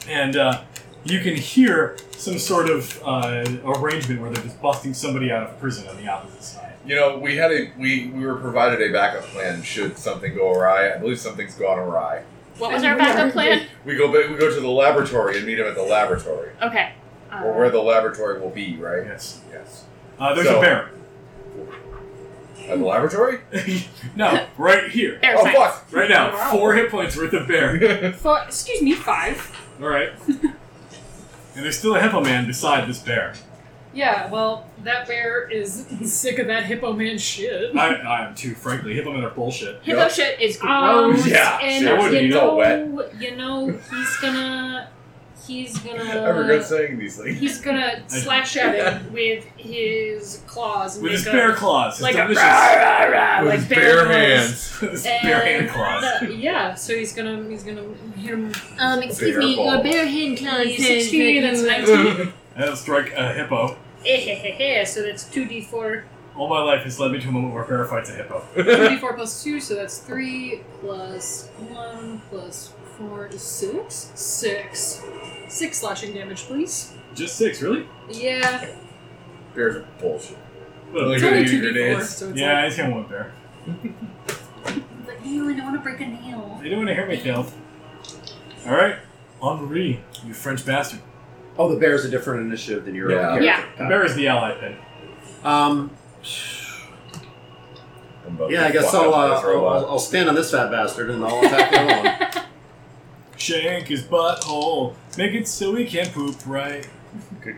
Speaker 2: And uh, you can hear some sort of uh, arrangement where they're just busting somebody out of prison on the opposite side.
Speaker 3: You know, we had a we we were provided a backup plan should something go awry. I believe something's gone awry.
Speaker 5: What was our backup plan?
Speaker 3: We go ba- we go to the laboratory and meet him at the laboratory,
Speaker 5: Okay. Uh,
Speaker 3: or where the laboratory will be, right?
Speaker 2: Yes.
Speaker 3: Yes.
Speaker 2: Uh, there's
Speaker 3: So-
Speaker 2: a bear.
Speaker 3: At the laboratory?
Speaker 2: no, right here.
Speaker 5: Bear
Speaker 3: Oh
Speaker 5: sign.
Speaker 3: fuck!
Speaker 2: Right now, four hit points worth of bear.
Speaker 4: Four, excuse me, five.
Speaker 2: Alright. and there's still a hippo man beside this bear.
Speaker 4: Yeah, well, that bear is sick of that hippo man shit.
Speaker 2: I, I am too, frankly. Hippo men are bullshit.
Speaker 5: Hippo
Speaker 3: Yep.
Speaker 5: shit is
Speaker 4: Um,
Speaker 5: gross.
Speaker 3: Yeah,
Speaker 4: and
Speaker 2: that wouldn't
Speaker 4: you
Speaker 2: be
Speaker 3: all
Speaker 4: know,
Speaker 3: wet.
Speaker 4: you know, he's gonna, he's
Speaker 3: I regret
Speaker 4: gonna,
Speaker 3: saying these things.
Speaker 4: he's gonna slash at him with his claws. and
Speaker 2: With his
Speaker 4: make
Speaker 2: bear
Speaker 4: a-
Speaker 2: claws. It's
Speaker 4: Oh like a
Speaker 2: delicious.
Speaker 4: rah,
Speaker 3: With
Speaker 4: like
Speaker 3: his bare
Speaker 4: claws.
Speaker 3: hands.
Speaker 2: His
Speaker 4: And
Speaker 2: bear hand claws.
Speaker 4: the- yeah, so he's gonna, he's gonna hit him.
Speaker 5: Um,
Speaker 3: excuse me, your Bear
Speaker 5: bear hand clan
Speaker 4: He's sixteen, that's nineteen.
Speaker 2: That'll strike a hippo.
Speaker 4: Eh, so that's two d four.
Speaker 2: All my life has led me to a moment where a bear fights a hippo.
Speaker 4: 24 plus 2, so that's 3 plus 1 plus 4 is 6. 6. 6 slashing damage, please.
Speaker 2: Just six, really?
Speaker 4: Yeah.
Speaker 3: Bears are bullshit.
Speaker 2: Well,
Speaker 3: Like-
Speaker 4: It's only 2d4,
Speaker 3: grenade, grenades.
Speaker 4: so it's
Speaker 2: yeah, it's gonna one bear.
Speaker 4: like, but you don't want to break a nail.
Speaker 2: They didn't want to hear me, Caleb. Alright, Henri, you French bastard.
Speaker 1: Oh, the bear's a different initiative than your
Speaker 3: Yeah.
Speaker 1: own.
Speaker 5: Yeah.
Speaker 2: The bear is the ally then.
Speaker 1: Um,
Speaker 3: I'm about
Speaker 1: yeah,
Speaker 3: to
Speaker 1: I guess
Speaker 3: fuck
Speaker 1: I'll,
Speaker 3: up
Speaker 1: uh,
Speaker 3: this
Speaker 1: I'll,
Speaker 3: robot.
Speaker 1: I'll, I'll stand on this fat bastard and I'll attack the other one.
Speaker 2: Shank his butthole. Make it so he can't poop right.
Speaker 3: Good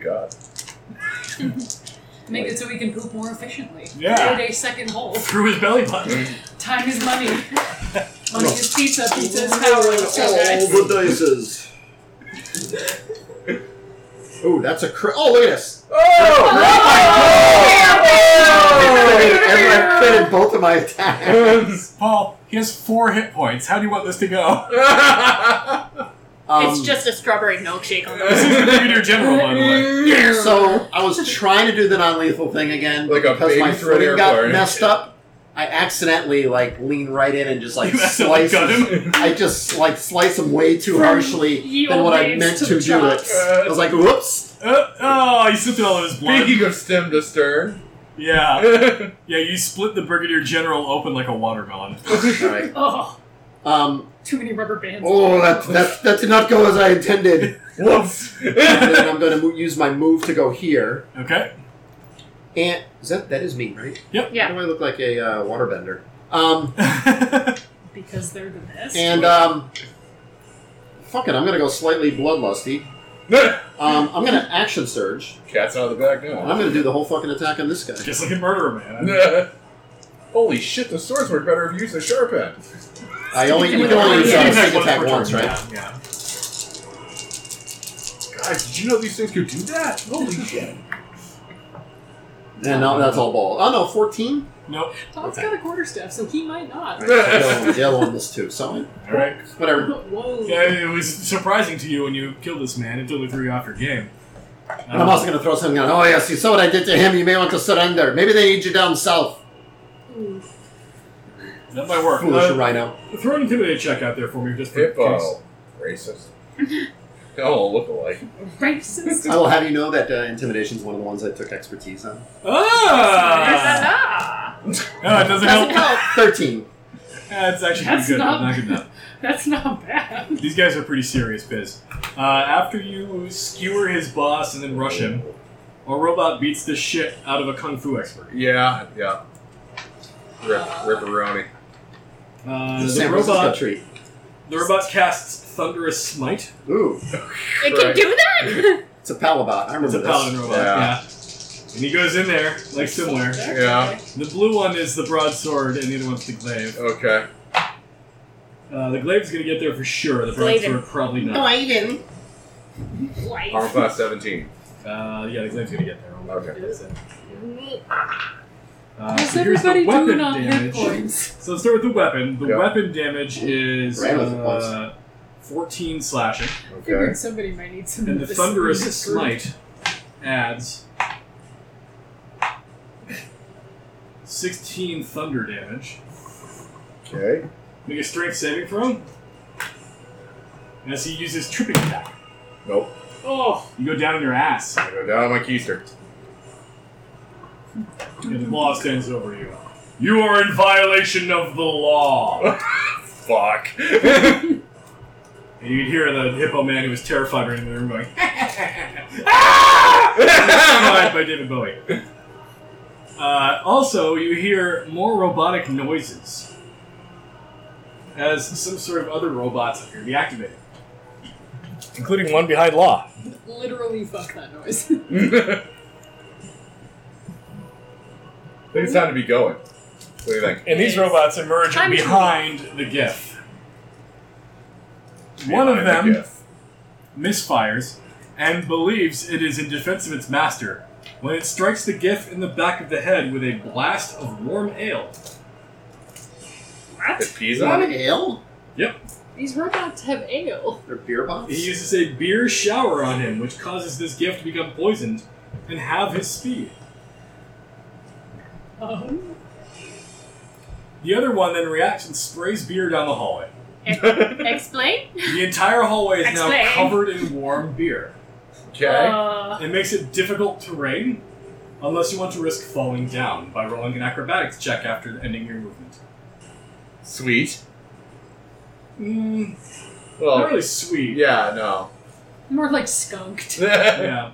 Speaker 3: God.
Speaker 4: Make it so we can poop more efficiently.
Speaker 2: Yeah.
Speaker 4: Get a second hole.
Speaker 2: Through his belly
Speaker 3: Oh!
Speaker 2: button.
Speaker 4: Time is money. money is pizza. Pizza is power. Let's go, guys.
Speaker 1: All the dices. Oh, that's a crit. Oh, look at this.
Speaker 4: oh,
Speaker 7: and I fitted both of my attacks.
Speaker 2: Paul, he has four hit points. How do you want this to go?
Speaker 1: Um,
Speaker 5: it's just a strawberry milkshake on the
Speaker 2: this is the Brigadier General, by the way.
Speaker 1: So I was trying to do the non-lethal thing again, but
Speaker 3: Like a
Speaker 1: because
Speaker 3: baby
Speaker 1: my
Speaker 3: through an
Speaker 1: footing got
Speaker 3: airport.
Speaker 1: messed up, I accidentally like lean right in and just like
Speaker 2: You accidentally
Speaker 1: slice.
Speaker 2: got
Speaker 1: him. I just like slice him way too harshly
Speaker 4: ye
Speaker 1: than
Speaker 4: olde
Speaker 1: what I
Speaker 4: days
Speaker 1: meant
Speaker 4: to
Speaker 1: to do.
Speaker 4: the
Speaker 1: It.
Speaker 4: jocks.
Speaker 1: I was like, "Whoops!"
Speaker 2: Uh, oh, you slipped all of his blood.
Speaker 3: Speaking of stem to stern.
Speaker 2: Yeah. Yeah, you split the Brigadier General open like a watermelon.
Speaker 1: All right.
Speaker 4: Oh,
Speaker 1: Um.
Speaker 4: too many rubber bands.
Speaker 7: Oh, that, that that did not go as I intended.
Speaker 3: Whoops.
Speaker 1: And then I'm going to mo- use my move to go here.
Speaker 2: Okay?
Speaker 1: And is that that is me, right?
Speaker 5: Yeah.
Speaker 1: Why do I look like a uh, waterbender? Um. uh,
Speaker 4: Because they're the best.
Speaker 1: And um. fuck it, I'm gonna go slightly bloodlusty. Um, I'm gonna action surge.
Speaker 3: Cat's out of the bag
Speaker 1: And I'm
Speaker 3: now.
Speaker 1: gonna do the whole fucking attack on this guy.
Speaker 2: Just like a murderer, man. I mean,
Speaker 3: Holy shit, the swords were better if you used the sharp end.
Speaker 1: I only you
Speaker 4: with
Speaker 1: can
Speaker 4: the
Speaker 1: only
Speaker 4: one
Speaker 1: use
Speaker 4: attack.
Speaker 1: a sneak
Speaker 2: one
Speaker 1: attack
Speaker 2: per turn,
Speaker 1: once, right?
Speaker 2: Yeah. yeah.
Speaker 3: Guys, did you know these things could do that? Holy shit.
Speaker 1: And now that's all ball. Oh no, 14.
Speaker 2: Nope.
Speaker 4: Todd's got a quarterstaff, so he might not.
Speaker 1: The yellow on this too. So
Speaker 2: All right.
Speaker 1: whatever.
Speaker 4: Whoa.
Speaker 2: Yeah, it was surprising to you when you killed this man. It totally threw you off your game.
Speaker 1: And I'm also gonna throw something out. Oh yes, you saw what I did to him. You may want to surrender. Maybe they need you down south.
Speaker 4: Ooh.
Speaker 2: That might work.
Speaker 1: Foolish
Speaker 2: Uh,
Speaker 1: rhino.
Speaker 2: Throw an intimidate check out there for me, just for case.
Speaker 3: Hippo. Racist. They all look alike.
Speaker 4: Racist.
Speaker 1: I will have you know that uh, intimidation is one of the ones I took expertise on.
Speaker 2: Ah!
Speaker 4: Ah,
Speaker 2: No, it doesn't
Speaker 4: doesn't
Speaker 2: help.
Speaker 4: help.
Speaker 1: 13.
Speaker 2: That's actually
Speaker 4: That's
Speaker 2: good.
Speaker 4: not-
Speaker 2: not good enough.
Speaker 4: That's not bad.
Speaker 2: These guys are pretty serious, Biz. Uh, after you skewer his boss and then rush him, a robot beats the shit out of a kung fu expert.
Speaker 3: Yeah, yeah. Rip, ripperoni.
Speaker 2: Uh,
Speaker 1: The
Speaker 2: the,
Speaker 1: San Francisco
Speaker 2: robot,
Speaker 1: treat.
Speaker 2: the robot casts Thunderous Smite.
Speaker 1: Ooh,
Speaker 5: It can do that?
Speaker 1: it's a palabot. I remember
Speaker 2: It's a
Speaker 1: this.
Speaker 2: paladin robot,
Speaker 3: Yeah.
Speaker 2: yeah. And he goes in there, like similar.
Speaker 3: Yeah.
Speaker 2: The blue one is the broadsword, and the other one's the glaive.
Speaker 3: Okay.
Speaker 2: Uh, the glaive's gonna get there for sure. The
Speaker 5: Glaive.
Speaker 2: broadsword probably
Speaker 4: Oh,
Speaker 2: not.
Speaker 1: Biden.
Speaker 3: Arm
Speaker 5: Life.
Speaker 3: class 17.
Speaker 2: Uh, yeah, the glave's gonna get there.
Speaker 3: Okay.
Speaker 2: That's it. Uh,
Speaker 4: How's
Speaker 2: so here's the
Speaker 4: everybody
Speaker 2: weapon
Speaker 4: doing on hit
Speaker 2: damage.
Speaker 4: points?
Speaker 2: So let's start with the weapon. The
Speaker 3: Yeah.
Speaker 2: weapon damage is
Speaker 1: Ran with it once.
Speaker 2: uh, 14 slashing,
Speaker 3: Okay.
Speaker 4: Figured somebody might need some.
Speaker 2: and the
Speaker 4: of Hmm, this
Speaker 2: thunderous
Speaker 4: in this group.
Speaker 2: smite adds 16 thunder damage.
Speaker 3: Okay.
Speaker 2: Make a strength saving throw. As he uses tripping attack.
Speaker 3: Nope.
Speaker 2: Oh, you go down in your ass.
Speaker 3: I go down on my keister.
Speaker 2: And the law stands over you. You are in violation of the law.
Speaker 3: Fuck.
Speaker 2: And you could hear the hippo man who was terrified running in the room going, Terrified by David Bowie. Uh, also, you hear more robotic noises as some sort of other robots appear to be activated.
Speaker 8: including one behind Law.
Speaker 4: Literally, fuck that noise.
Speaker 3: I think it's time to be going. What do you think?
Speaker 8: And these robots emerge
Speaker 5: Time to-
Speaker 2: Behind the GIF, one of them
Speaker 3: Yeah.
Speaker 2: misfires and believes it is in defense of its master when it strikes the GIF in the back of the head with a blast of warm ale.
Speaker 3: It pees
Speaker 1: You want
Speaker 3: on it.
Speaker 1: an ale?
Speaker 4: These robots have ale.
Speaker 1: Or beer box?
Speaker 2: He uses a beer shower on him, which causes this gift to become poisoned and have his speed.
Speaker 4: Um,
Speaker 2: The other one then reacts and sprays beer down the hallway.
Speaker 5: Explain?
Speaker 2: The entire hallway is now
Speaker 5: Explain.
Speaker 2: covered in warm beer.
Speaker 3: Okay.
Speaker 5: Uh,
Speaker 2: It makes it difficult terrain unless you want to risk falling down by rolling an acrobatics check after ending your movement.
Speaker 3: Sweet.
Speaker 2: Mm, not
Speaker 3: Well,
Speaker 2: really sweet.
Speaker 3: yeah, no.
Speaker 4: more like skunked.
Speaker 2: yeah.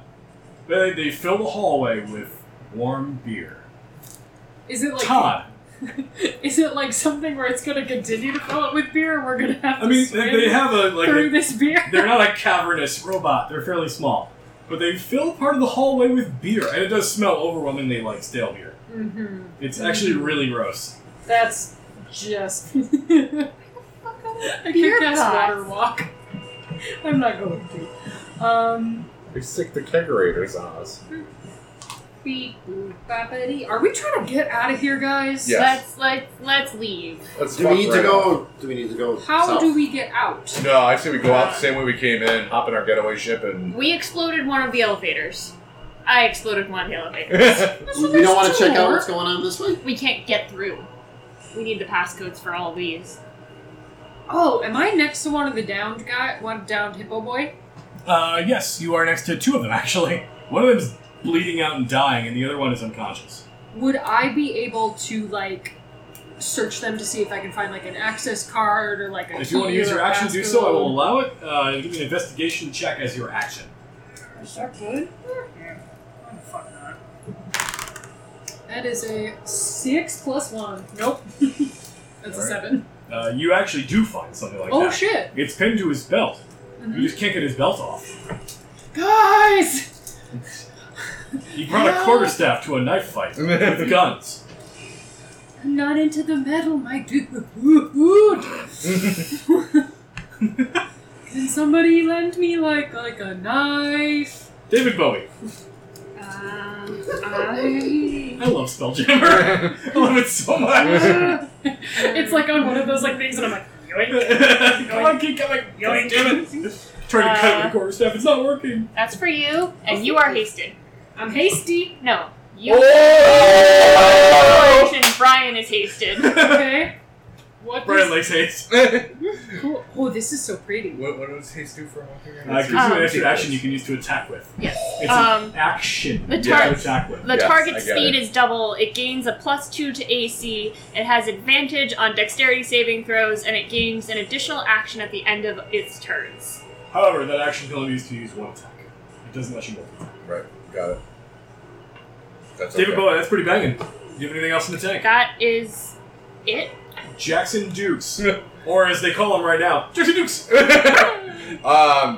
Speaker 2: They, they fill the hallway with warm beer.
Speaker 4: Is it like?
Speaker 2: Todd,
Speaker 4: Is it like something where it's going to continue to fill it with beer? and We're going to have.
Speaker 2: I mean,
Speaker 4: to
Speaker 2: they,
Speaker 4: swim
Speaker 2: they have a like
Speaker 4: through
Speaker 2: a-
Speaker 4: this beer.
Speaker 2: They're not a cavernous robot. They're fairly small. But they fill part of the hallway with beer, and it does smell overwhelmingly like stale beer.
Speaker 4: Mm-hmm.
Speaker 2: It's actually really gross.
Speaker 4: That's just. I
Speaker 5: Beer
Speaker 4: can cast
Speaker 5: pot.
Speaker 4: water walk. I'm not going to. Um,
Speaker 3: We sick the keggerators on us.
Speaker 5: we,
Speaker 4: are we trying to get out of here, guys?
Speaker 3: Yes.
Speaker 5: let's, let's, let's leave.
Speaker 3: Let's
Speaker 1: do we
Speaker 3: fuck
Speaker 1: need to
Speaker 3: right
Speaker 1: go?
Speaker 3: off.
Speaker 1: Do we need to go?
Speaker 4: How
Speaker 1: south?
Speaker 4: do we get out?
Speaker 3: No, I say we go out the same way we came in, hop in our getaway ship, and.
Speaker 5: We exploded one of the elevators. I exploded one of the elevators.
Speaker 3: That's
Speaker 1: We- We don't want to check out what's going on this way.
Speaker 5: We can't get through. We need the passcodes for all of these.
Speaker 4: Oh, am I next to one of the downed guy? One downed hippo boy?
Speaker 2: Uh, yes, you are next to two of them, actually. One of them's bleeding out and dying, and the other one is unconscious.
Speaker 4: Would I be able to like search them to see if I can find like an access card or like a?
Speaker 2: If you want to
Speaker 4: key
Speaker 2: use
Speaker 4: or
Speaker 2: your
Speaker 4: a
Speaker 2: action to do so, I will
Speaker 4: passcode?
Speaker 2: allow it. Uh, give me an investigation check as your action.
Speaker 4: Is that good? Yeah. Why the fuck not? That is a six plus one. Nope. That's a
Speaker 2: Alright.
Speaker 4: seven.
Speaker 2: Uh, you actually do find something like
Speaker 4: oh
Speaker 2: that.
Speaker 4: shit!
Speaker 2: It's pinned to his belt. You just can't get his belt off.
Speaker 4: Guys!
Speaker 2: You brought a quarterstaff to a knife fight with guns.
Speaker 4: I'm not into the metal, my dude. Ooh, ooh. Can somebody lend me like like a knife?
Speaker 2: David Bowie.
Speaker 4: Um, I...
Speaker 2: I love Spelljammer. I love it so much.
Speaker 4: it's like on one of those like things, and I'm like, yoink.
Speaker 2: Come on, keep going. Yoink. Damn it. Trying to cut it with a quarterstaff. It's not working.
Speaker 5: That's for you, and you are hasted.
Speaker 4: I'm hasty.
Speaker 5: No, you.
Speaker 3: Oh!
Speaker 5: Corporation Brian is hasted.
Speaker 4: Okay. What?
Speaker 2: Brian
Speaker 4: is-
Speaker 2: likes haste.
Speaker 4: cool. Oh, this is so pretty.
Speaker 3: What, what does haste do for walking around?
Speaker 2: Uh, gives you
Speaker 5: Um,
Speaker 2: an extra action you can use to attack with.
Speaker 5: Yes.
Speaker 2: It's
Speaker 5: Um,
Speaker 2: an action
Speaker 5: the
Speaker 2: you can
Speaker 5: tar-
Speaker 2: attack with.
Speaker 5: The
Speaker 3: Yes, I
Speaker 5: target
Speaker 3: get
Speaker 5: speed is double. It gains a plus two to AC. It has advantage on dexterity saving throws, and it gains an additional action at the end of its turns.
Speaker 2: However, that action can only be used to use one attack. It doesn't let you multi attack.
Speaker 3: Right, got it. That's
Speaker 2: David
Speaker 3: okay.
Speaker 2: Bowie, that's pretty banging. Do you have anything else in the tank?
Speaker 5: That is it.
Speaker 2: Jackson Dukes. or as they call him right now, Jackson Dukes!
Speaker 3: um,
Speaker 2: How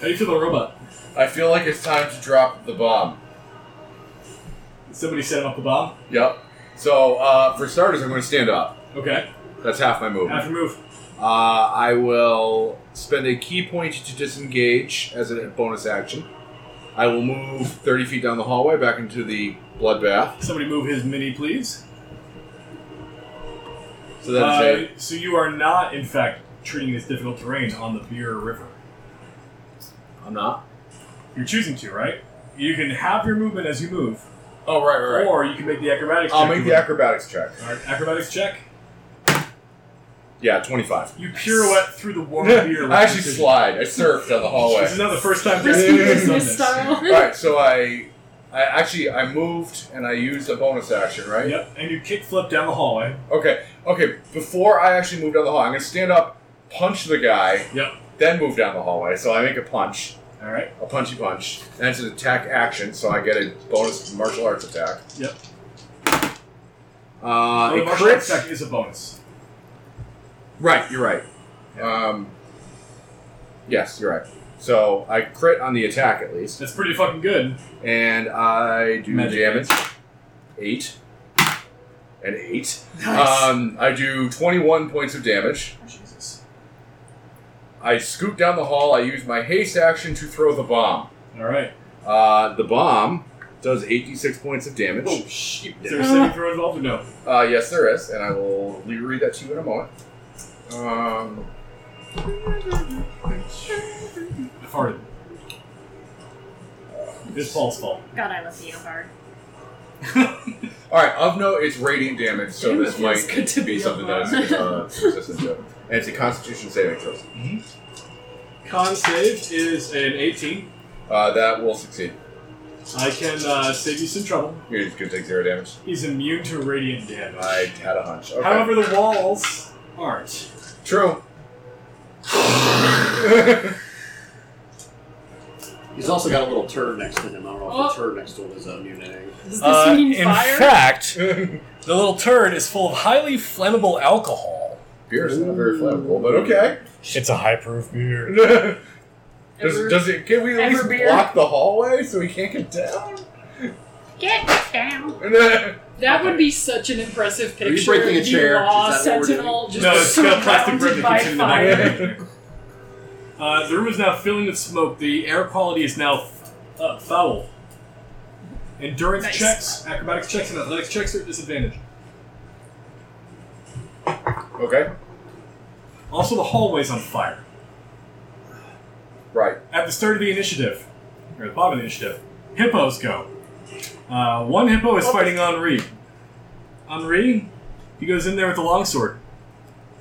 Speaker 2: do you feel about robot?
Speaker 3: I feel like it's time to drop the bomb.
Speaker 2: Somebody set him up the bomb.
Speaker 3: Yep. So uh, for starters, I'm going to stand up.
Speaker 2: Okay.
Speaker 3: That's half my movement.
Speaker 2: Half your move.
Speaker 3: Uh, I will spend a key point to disengage as a bonus action. I will move 30 feet down the hallway back into the bloodbath.
Speaker 2: Somebody move his mini, please.
Speaker 3: So that is
Speaker 2: Uh, so you are not, in fact, treating this difficult terrain on the Beer River.
Speaker 3: it. I'm not.
Speaker 2: You're choosing to, right? You can have your movement as you move,
Speaker 3: Oh, right, right, right.
Speaker 2: or you can make the acrobatics
Speaker 3: I'll
Speaker 2: check.
Speaker 3: make
Speaker 2: to
Speaker 3: the
Speaker 2: move.
Speaker 3: acrobatics check.
Speaker 2: All right, acrobatics check.
Speaker 3: Yeah, 25.
Speaker 2: You pirouette through the warm beer.
Speaker 3: I actually slide. I surfed down the hallway.
Speaker 2: This is not the first time
Speaker 4: Risky
Speaker 2: Jackson's done
Speaker 4: business
Speaker 2: this.
Speaker 4: style.
Speaker 3: All right, so I, I actually I moved and I used a bonus action, right?
Speaker 2: Yep, and you kick flip down the hallway.
Speaker 3: Okay, okay. Before I actually move down the hall, I'm gonna stand up, punch the guy,
Speaker 2: Yep.
Speaker 3: then move down the hallway. So I make a punch,
Speaker 2: All right.
Speaker 3: a punchy punch, and it's an attack action, so I get a bonus martial arts attack.
Speaker 2: Yep.
Speaker 3: Uh,
Speaker 2: Oh, the
Speaker 3: a
Speaker 2: martial
Speaker 3: crit.
Speaker 2: arts attack is a bonus.
Speaker 3: Right, you're right. Um, yes, you're right. So I crit on the attack at least.
Speaker 2: That's pretty fucking good.
Speaker 3: and I do
Speaker 2: Magic
Speaker 3: damage. Eight. And eight.
Speaker 7: Nice.
Speaker 3: Um, I do 21 points of damage.
Speaker 4: Oh,
Speaker 2: Jesus.
Speaker 3: I scoop down the hall. I use my haste action to throw the bomb.
Speaker 2: All right.
Speaker 3: Uh, the bomb does 86 points of
Speaker 2: Oh,
Speaker 3: damage.
Speaker 2: shit! Is there a saving throw involved or no?
Speaker 3: Uh, yes, there is, and I will reread that to you in a moment. Um,
Speaker 2: I farted. It's Paul's fault.
Speaker 5: God, I love Neo Bard.
Speaker 3: all right, of note, it's radiant damage, so this
Speaker 4: Feels
Speaker 3: might
Speaker 4: good to
Speaker 3: be
Speaker 4: be
Speaker 3: something
Speaker 4: alive.
Speaker 3: that is uh, resistant to. And it's a Constitution saving throw.
Speaker 2: Con save is an 18.
Speaker 3: Uh, that will succeed.
Speaker 2: I can uh, save you some trouble.
Speaker 3: You're just gonna take zero damage.
Speaker 2: He's immune to radiant damage.
Speaker 3: I had a hunch. Okay.
Speaker 2: However, the walls aren't.
Speaker 3: True.
Speaker 1: He's also got a little turd next to him. I don't know if
Speaker 4: Oh.
Speaker 1: the turd next to him is immune to anything.
Speaker 4: Does this
Speaker 8: Uh,
Speaker 4: mean
Speaker 8: in
Speaker 4: fire?
Speaker 8: fact, the little turd is full of highly flammable alcohol.
Speaker 3: Beer is not very flammable, but okay.
Speaker 8: It's a high proof beer.
Speaker 3: does,
Speaker 4: Ever-
Speaker 3: does it? Can we at least
Speaker 4: ever beer?
Speaker 3: block the hallway so he can't get down?
Speaker 5: Get down.
Speaker 4: That would be such an impressive
Speaker 1: Are you
Speaker 4: picture.
Speaker 1: breaking a
Speaker 4: The
Speaker 1: chair?
Speaker 4: Law
Speaker 1: Is that what we're
Speaker 4: sentinel just
Speaker 2: no, it's got plastic
Speaker 4: surrounded
Speaker 2: ribbon
Speaker 4: by
Speaker 2: that's in the
Speaker 4: fire.
Speaker 2: back. of the Uh, the room is now filling with smoke. The air quality is now uh, foul. Endurance
Speaker 4: Nice.
Speaker 2: checks, acrobatics checks, and athletics checks are at disadvantage.
Speaker 3: okay.
Speaker 2: Also, the hallway's on fire.
Speaker 3: Right.
Speaker 2: At the start of the initiative, or the bottom of the initiative, hippos go. Uh, one hippo is fighting Henri. Henri, he goes in there with the longsword,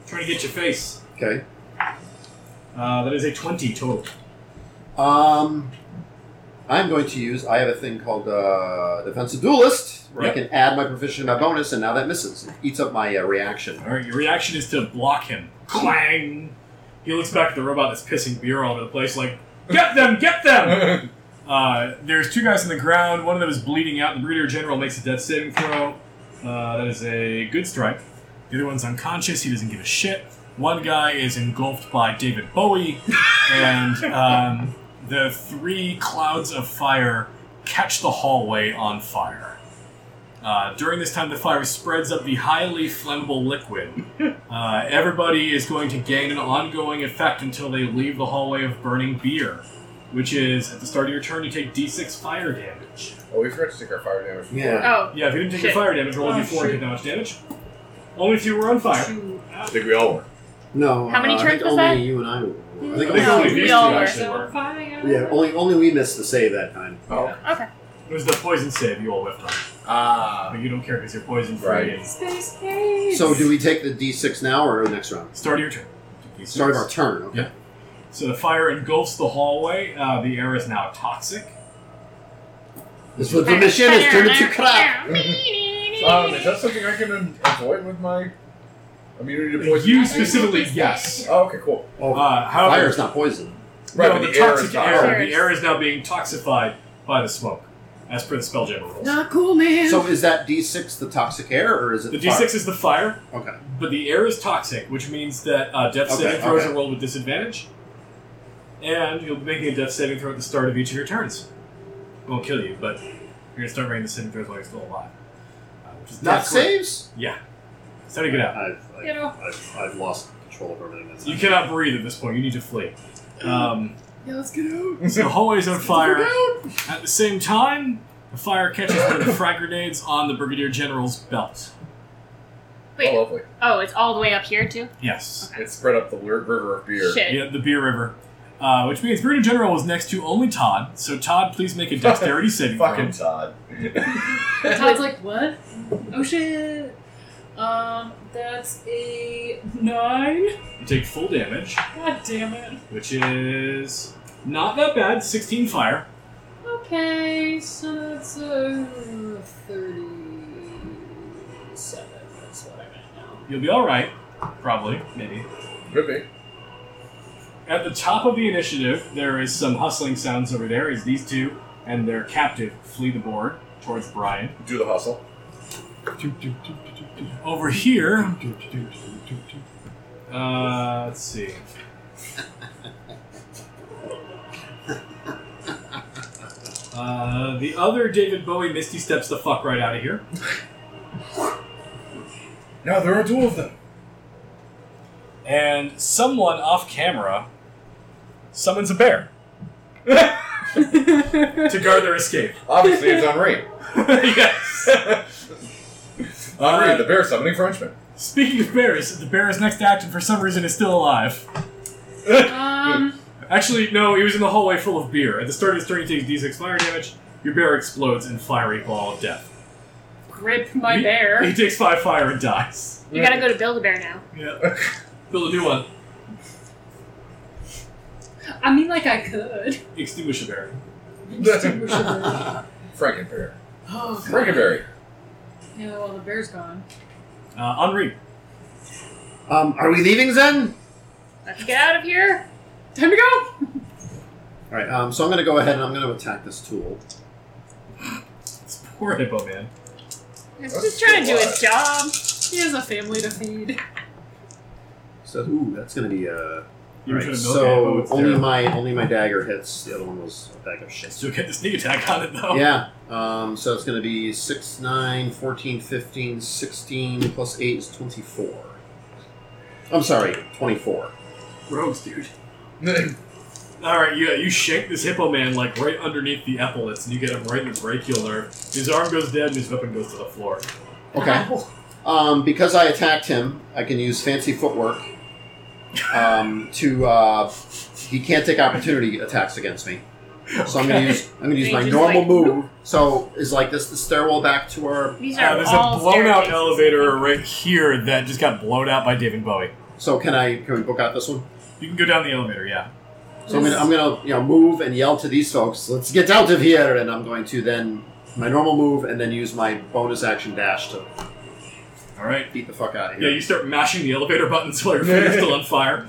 Speaker 2: trying to get your face.
Speaker 1: Okay.
Speaker 2: Uh, that is a 20 total.
Speaker 1: Um, I'm going to use. I have a thing called uh, defensive duelist. Where I
Speaker 2: Yep.
Speaker 1: can add my proficient to my bonus, and now that misses. It eats up my uh, reaction.
Speaker 2: All right, your reaction is to block him. Clang! He looks back at the robot that's pissing beer all over the place, like, "Get them! Get them!" Uh, there's two guys on the ground. One of them is bleeding out. The breeder general makes a death saving throw. Uh, that is a good strike. The other one's unconscious. He doesn't give a shit. One guy is engulfed by David Bowie, and um, the three clouds of fire catch the hallway on fire. Uh, during this time, the fire spreads up the highly flammable liquid. Uh, everybody is going to gain an ongoing effect until they leave the hallway of burning beer, which is at the start of your turn, you take d6 fire damage.
Speaker 3: Oh, we forgot to take our fire damage. before.
Speaker 1: Yeah.
Speaker 5: Oh,
Speaker 2: Yeah, if you didn't take
Speaker 5: Shit.
Speaker 2: your fire damage, roll a d4
Speaker 4: Oh,
Speaker 2: and
Speaker 4: shit.
Speaker 2: take that much damage. Only if you were on fire.
Speaker 4: Two.
Speaker 3: I think we all were.
Speaker 1: No.
Speaker 5: How many
Speaker 1: uh, I
Speaker 5: turns
Speaker 1: think
Speaker 5: was
Speaker 1: only
Speaker 5: that?
Speaker 1: you and I were. I think only
Speaker 2: No,
Speaker 5: No,
Speaker 1: we
Speaker 5: we
Speaker 1: missed
Speaker 5: all
Speaker 1: the
Speaker 5: were.
Speaker 1: action.
Speaker 4: So five.
Speaker 1: Yeah, only only we missed the save that time.
Speaker 3: Oh.
Speaker 5: okay.
Speaker 2: It was the poison save you all whiffed on.
Speaker 3: Ah.
Speaker 2: But you don't care because you're poison free.
Speaker 3: Right.
Speaker 2: and
Speaker 4: Space case.
Speaker 1: So do we take the d6 now or next round?
Speaker 2: Start of your turn.
Speaker 1: Start of our turn. Okay.
Speaker 2: Yeah. So the fire engulfs the hallway. Uh, the air is now toxic.
Speaker 1: This was the mission is turned into crap.
Speaker 3: Um, is that something I can um, avoid with my immunity to poison?
Speaker 2: You specifically, yes.
Speaker 3: Oh, okay, cool.
Speaker 1: Oh,
Speaker 2: Uh, however,
Speaker 1: fire is not poison.
Speaker 3: Right,
Speaker 2: no,
Speaker 3: but
Speaker 2: the,
Speaker 3: the air
Speaker 2: toxic
Speaker 3: is
Speaker 2: air,
Speaker 3: toxic.
Speaker 2: The air is now being toxified by the smoke, as per the spelljammer rules.
Speaker 4: Not cool, man.
Speaker 1: So is that d6 the toxic air or is it
Speaker 2: The
Speaker 1: fire?
Speaker 2: d6 is the fire,
Speaker 1: Okay.
Speaker 2: but the air is toxic, which means that uh, death
Speaker 1: Okay,
Speaker 2: saving throws
Speaker 1: okay.
Speaker 2: are rolled with disadvantage, and you'll be making a death saving throw at the start of each of your turns. It won't kill you, but you're gonna start making the saving throws while you're still alive. Uh, which is
Speaker 1: Not
Speaker 2: not great.
Speaker 1: saves?
Speaker 2: Yeah, it's time to get out.
Speaker 1: I've,
Speaker 4: Get off.
Speaker 1: I've, I've lost control over everything. That's
Speaker 2: You cannot breathe at this point. You need to flee. Um,
Speaker 4: yeah, let's get out.
Speaker 2: so the hallway's on fire. At the same time, the fire catches one of the frag grenades on the brigadier general's belt.
Speaker 5: Wait.
Speaker 3: Oh, lovely.
Speaker 5: Oh, it's all the way up here too.
Speaker 2: Yes.
Speaker 3: It spread up the lir- river of beer.
Speaker 5: Shit.
Speaker 2: Yeah, the beer river. Uh, which means brigadier general was next to only Todd. So Todd, please make a dexterity saving throw.
Speaker 3: Fucking Todd.
Speaker 4: Todd's like, what? Oh shit. Um, that's a nine.
Speaker 2: You take full damage,
Speaker 4: God damn it.
Speaker 2: which is not that bad. 16 fire.
Speaker 4: Okay, so that's a thirty-seven. That's what I'm at now.
Speaker 2: You'll be all right, probably, maybe.
Speaker 3: Could be.
Speaker 2: At the top of the initiative, there is some hustling sounds over there as these two and their captive flee the board towards Brian.
Speaker 3: Do the hustle.
Speaker 2: Over here, uh, let's see. Uh, the other David Bowie Misty steps the fuck right out of here.
Speaker 3: Now there are two of them.
Speaker 2: And someone off camera summons a bear to guard their escape.
Speaker 3: Obviously, it's Henri.
Speaker 2: yes!
Speaker 3: Henri,
Speaker 2: Uh,
Speaker 3: the bear summoning Frenchman.
Speaker 2: Speaking of bears, the bear's next action for some reason is still alive.
Speaker 4: Um,
Speaker 2: Actually, no, he was in the hallway full of beer. At the start of his turn, he takes d6 fire damage. Your bear explodes in fiery ball of death.
Speaker 4: grip my
Speaker 2: He- He
Speaker 4: bear.
Speaker 2: takes five fire and dies.
Speaker 5: You gotta go to Build a Bear now.
Speaker 2: Yeah. Build a new one.
Speaker 4: I mean, like I could.
Speaker 2: Extinguish a bear.
Speaker 4: Extinguish the bear.
Speaker 3: Frankenbear.
Speaker 4: Oh god.
Speaker 3: Frankenberry.
Speaker 4: Yeah, well, the bear's gone.
Speaker 2: Uh, Henri.
Speaker 7: Um, are we leaving Zen?
Speaker 5: Let's get out of here.
Speaker 4: Time to go.
Speaker 1: All right. Um, so I'm going to go ahead and I'm going to attack this tool.
Speaker 2: It's poor Hippo Man.
Speaker 5: It's
Speaker 3: That's
Speaker 5: just trying to do
Speaker 3: still
Speaker 5: its job.
Speaker 4: He has a family to feed.
Speaker 1: So ooh, that's going to be uh.
Speaker 2: You were
Speaker 1: right,
Speaker 2: trying to milk it, but
Speaker 1: so
Speaker 2: it's
Speaker 1: only
Speaker 2: there.
Speaker 1: my only my dagger hits. The other one was a bag of shit.
Speaker 2: Still get the sneak attack on it, though.
Speaker 1: Yeah. Um, so it's going to be 6, 9, 14, 15, 16, plus 8 is 24. I'm sorry, 24.
Speaker 2: Rogues, dude. Alright, yeah, you shank this Hippo Man, like, right underneath the epaulets, and you get him right in the brachial nerve. His arm goes dead, and his weapon goes to the floor.
Speaker 1: Okay. Um, because I attacked him, I can use fancy footwork um, to. Uh, he can't take opportunity attacks against me. So I'm gonna use I'm gonna use
Speaker 5: They
Speaker 1: my
Speaker 5: just,
Speaker 1: normal
Speaker 5: like,
Speaker 1: move. So is like this the stairwell back to our
Speaker 5: These are
Speaker 2: Uh, there's
Speaker 5: all
Speaker 2: a blown out
Speaker 5: staircases.
Speaker 2: elevator right here that just got blown out by David Bowie.
Speaker 1: so can I can we book out this one?
Speaker 2: You can go down the elevator, yeah.
Speaker 1: So I'm gonna, I'm gonna you know move and yell to these folks, let's get out of here, and I'm going to then my normal move and then use my bonus action dash to
Speaker 2: All right.
Speaker 1: beat the fuck out of
Speaker 2: Yeah,
Speaker 1: here.
Speaker 2: you start mashing the elevator buttons while your feet are still on fire.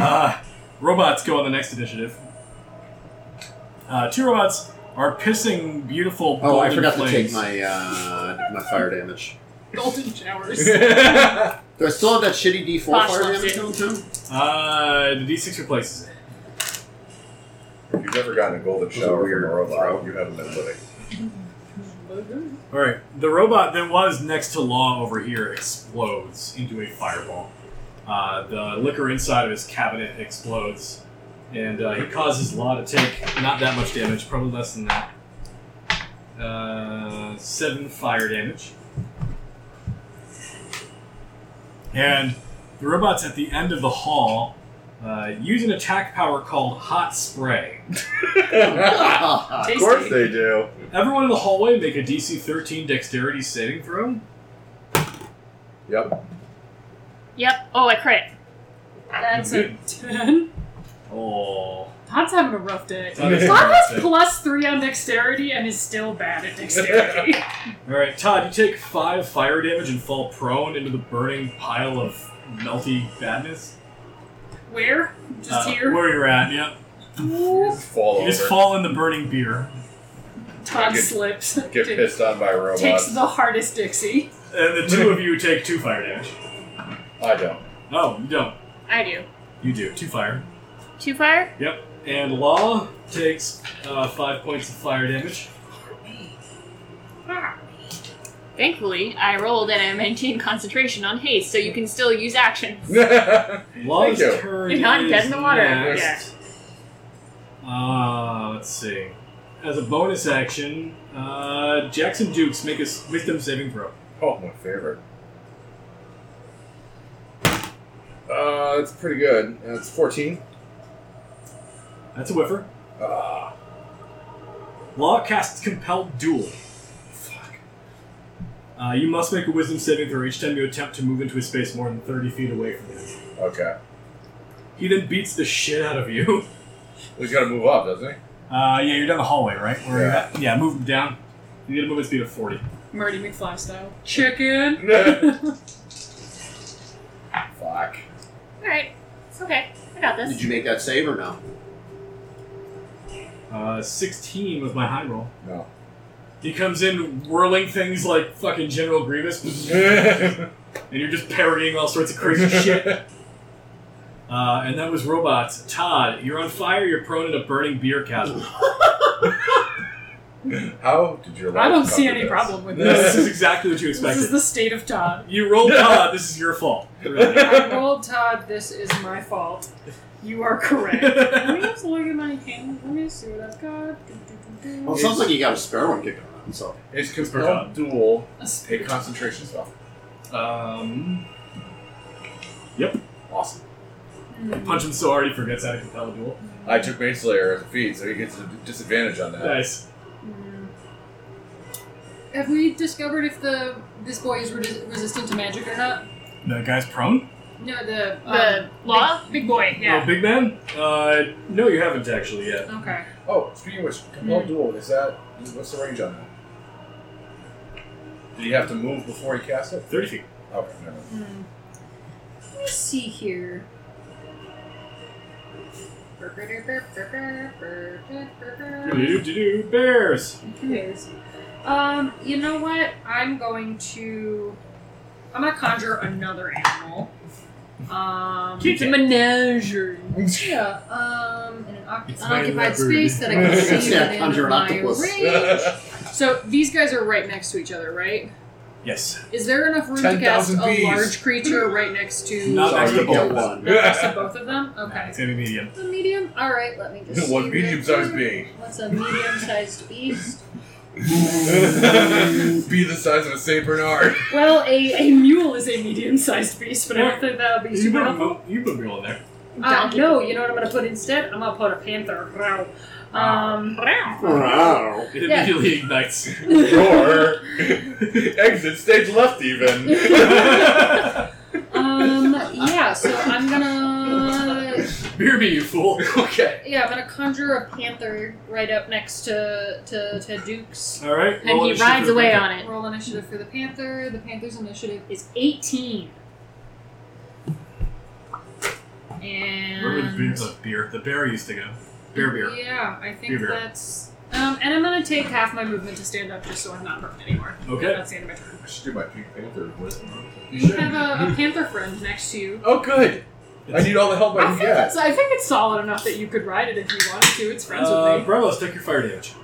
Speaker 2: Uh, robots go on the next initiative. Uh, two robots are pissing beautiful.
Speaker 1: oh, I
Speaker 2: golden
Speaker 1: forgot to
Speaker 2: flames.
Speaker 1: take my uh, my fire damage.
Speaker 4: Golden showers.
Speaker 1: Do I still have that shitty D4
Speaker 5: Bosch
Speaker 1: fire
Speaker 5: loves
Speaker 1: damage
Speaker 5: it.
Speaker 1: going too?
Speaker 2: Uh, the D6 replaces it.
Speaker 3: You've never gotten a golden shower from a robot. You haven't been living.
Speaker 2: All right, the robot that was next to Law over here explodes into a fireball. Uh, the liquor inside of his cabinet explodes, and uh, he causes Law to take not that much damage, probably less than that. Uh, seven fire damage. And the robot's at the end of the hall. Uh, use an attack power called Hot Spray.
Speaker 3: of course they do.
Speaker 2: Everyone in the hallway make a DC 13 Dexterity saving throw.
Speaker 3: Yep.
Speaker 5: Yep. Oh, I crit.
Speaker 4: That's a 10.
Speaker 2: Oh.
Speaker 4: Todd's having a rough day.
Speaker 2: Todd is
Speaker 4: Todd has
Speaker 2: rough day.
Speaker 4: plus 3 on dexterity and is still bad at dexterity.
Speaker 2: Alright, Todd, you take five fire damage and fall prone into the burning pile of melty badness.
Speaker 4: Where? Just
Speaker 2: Uh,
Speaker 4: here?
Speaker 2: Where you're at, yep.
Speaker 4: Ooh.
Speaker 3: Just fall
Speaker 2: You
Speaker 3: over.
Speaker 2: just fall in the burning beer.
Speaker 4: Todd
Speaker 3: Get-
Speaker 4: slips.
Speaker 3: Get pissed on by robots.
Speaker 4: Takes the hardest Dixie.
Speaker 2: And the two of you take two fire damage.
Speaker 3: I don't.
Speaker 2: No, you don't.
Speaker 5: I do.
Speaker 2: You do. Two fire.
Speaker 5: Two fire.
Speaker 2: Yep. And Law takes uh, five points of fire damage.
Speaker 4: Ah,
Speaker 5: Thankfully, I rolled and I maintained concentration on haste, so you can still use actions.
Speaker 2: Law's
Speaker 3: Thank you.
Speaker 2: turn.
Speaker 5: You're not
Speaker 2: is
Speaker 5: dead in the water.
Speaker 2: Next. Uh, let's see. As a bonus action, uh, Jackson Dukes make a s- wisdom saving throw.
Speaker 3: Oh, my favorite. Uh, that's pretty good. That's 14.
Speaker 2: That's a whiffer.
Speaker 3: Ah,
Speaker 2: Law casts Compelled Duel. Uh, you must make a wisdom saving throw each time you attempt to move into a space more than 30 feet away from him.
Speaker 3: okay.
Speaker 2: He then beats the shit out of you.
Speaker 3: Well, he's got to move up, doesn't he?
Speaker 2: Uh, yeah, you're down the hallway, right? Where
Speaker 3: Yeah.
Speaker 2: yeah. Yeah, move him down. You need to move at speed of 40.
Speaker 4: Marty McFly style. Chicken!
Speaker 3: Fuck.
Speaker 5: All right. It's okay. I got
Speaker 1: Did
Speaker 5: this.
Speaker 1: you make that save or no?
Speaker 2: Uh, 16 was my high roll.
Speaker 3: No.
Speaker 2: He comes in whirling things like fucking General Grievous, and you're just parrying all sorts of crazy shit. Uh, and that was robots. Todd, you're on fire. You're prone in a burning beer chasm.
Speaker 3: How did your life
Speaker 4: I don't see
Speaker 3: come to
Speaker 4: any
Speaker 3: this?
Speaker 4: problem with
Speaker 2: this
Speaker 4: this.
Speaker 2: is exactly what you
Speaker 4: this
Speaker 2: expected.
Speaker 4: is the state of Todd.
Speaker 2: You rolled Todd. This is your fault. Really.
Speaker 4: I rolled Todd, this is my fault. You are correct. Let me just look at my hand. Let me see what I've got. Do, do, do, do.
Speaker 2: Oh.
Speaker 1: Well, it sounds like you got a spare one kicking around, so.
Speaker 3: It's
Speaker 2: Forgot.
Speaker 3: compelled duel
Speaker 4: A sp-
Speaker 3: a concentration spell.
Speaker 2: um,
Speaker 3: Awesome.
Speaker 4: Hmm.
Speaker 2: punch him so hard he forgets how to compel a duel.
Speaker 3: I took Mage Slayer as a feat, so he gets a disadvantage on that.
Speaker 2: Nice.
Speaker 4: Have we discovered if the this boy is re- resistant to magic or not?
Speaker 2: That guy's prone.
Speaker 4: No, the
Speaker 5: The
Speaker 4: um,
Speaker 5: law?
Speaker 4: big, big boy.
Speaker 2: Oh,
Speaker 4: Yeah.
Speaker 2: big man. Uh, no, you haven't actually yet.
Speaker 4: Okay.
Speaker 3: Oh, speaking of which,
Speaker 4: Hmm.
Speaker 3: compelled duel, is that. What's the range on that? Did he have to move before he cast it?
Speaker 2: Thirty feet.
Speaker 3: Okay, never mind.
Speaker 4: Hmm. Let me see here. Oh.
Speaker 2: Do-do-do-do, Bears.
Speaker 4: Yes. Um, you know what? I'm going to. I'm gonna conjure another animal. Um,
Speaker 2: Cute.
Speaker 4: it's a menagerie. yeah. Um, in an oc-
Speaker 2: It's my
Speaker 4: unoccupied
Speaker 2: leopard.
Speaker 4: space that I can see
Speaker 1: Yeah,
Speaker 4: within
Speaker 1: conjure an
Speaker 4: my
Speaker 1: octopus.
Speaker 4: range. So these guys are right next to each other, right?
Speaker 2: Yes.
Speaker 4: Is there enough room to
Speaker 3: 10,000
Speaker 4: cast a
Speaker 3: bees.
Speaker 4: large creature right next to?
Speaker 2: Not
Speaker 1: Sorry,
Speaker 2: next to
Speaker 1: you get
Speaker 2: both.
Speaker 1: one.
Speaker 4: Not next to both of them. Okay.
Speaker 2: It's gonna be uh, medium.
Speaker 4: The medium. All right. Let me just.
Speaker 3: One
Speaker 4: see
Speaker 3: medium-sized
Speaker 4: right here.
Speaker 3: bee.
Speaker 4: What's a medium-sized beast?
Speaker 3: Be the size of a Saint Bernard.
Speaker 4: Well, a, a mule is a medium-sized beast, but I don't think that would be
Speaker 2: You
Speaker 4: super
Speaker 2: put a
Speaker 4: helpful.
Speaker 2: mo- you put a mule in there.
Speaker 4: Uh, no, you know what I'm going to put instead? I'm going to put a panther. Wow. Um,
Speaker 1: Wow.
Speaker 2: It
Speaker 4: Yeah.
Speaker 2: immediately ignites.
Speaker 3: or exit stage left, even.
Speaker 4: um, yeah, so I'm going to...
Speaker 2: Beer me, you fool.
Speaker 3: okay.
Speaker 4: Yeah, I'm going to conjure a panther right up next to, to, to Duke's.
Speaker 2: All right.
Speaker 5: And he rides away on it.
Speaker 4: Roll initiative for the panther. The panther's initiative is 18. And...
Speaker 2: Where would the beer, the beer, the bear used to go? Bear beer.
Speaker 4: Yeah, I think
Speaker 2: Beer beer.
Speaker 4: that's Um, and I'm gonna take half my movement to stand up just so I'm not hurt anymore.
Speaker 2: Okay.
Speaker 4: That's the end of my turn.
Speaker 3: I should do my Pink Panther voice.
Speaker 4: You should have a, a panther friend next to you.
Speaker 3: Oh, good. I need all the
Speaker 2: Oh,
Speaker 3: help
Speaker 4: I
Speaker 3: I can
Speaker 4: think,
Speaker 3: get.
Speaker 4: it's, I think it's solid enough that you could ride it if you wanted to. It's friends
Speaker 2: Uh,
Speaker 4: with me.
Speaker 2: Brevos, take your fire damage.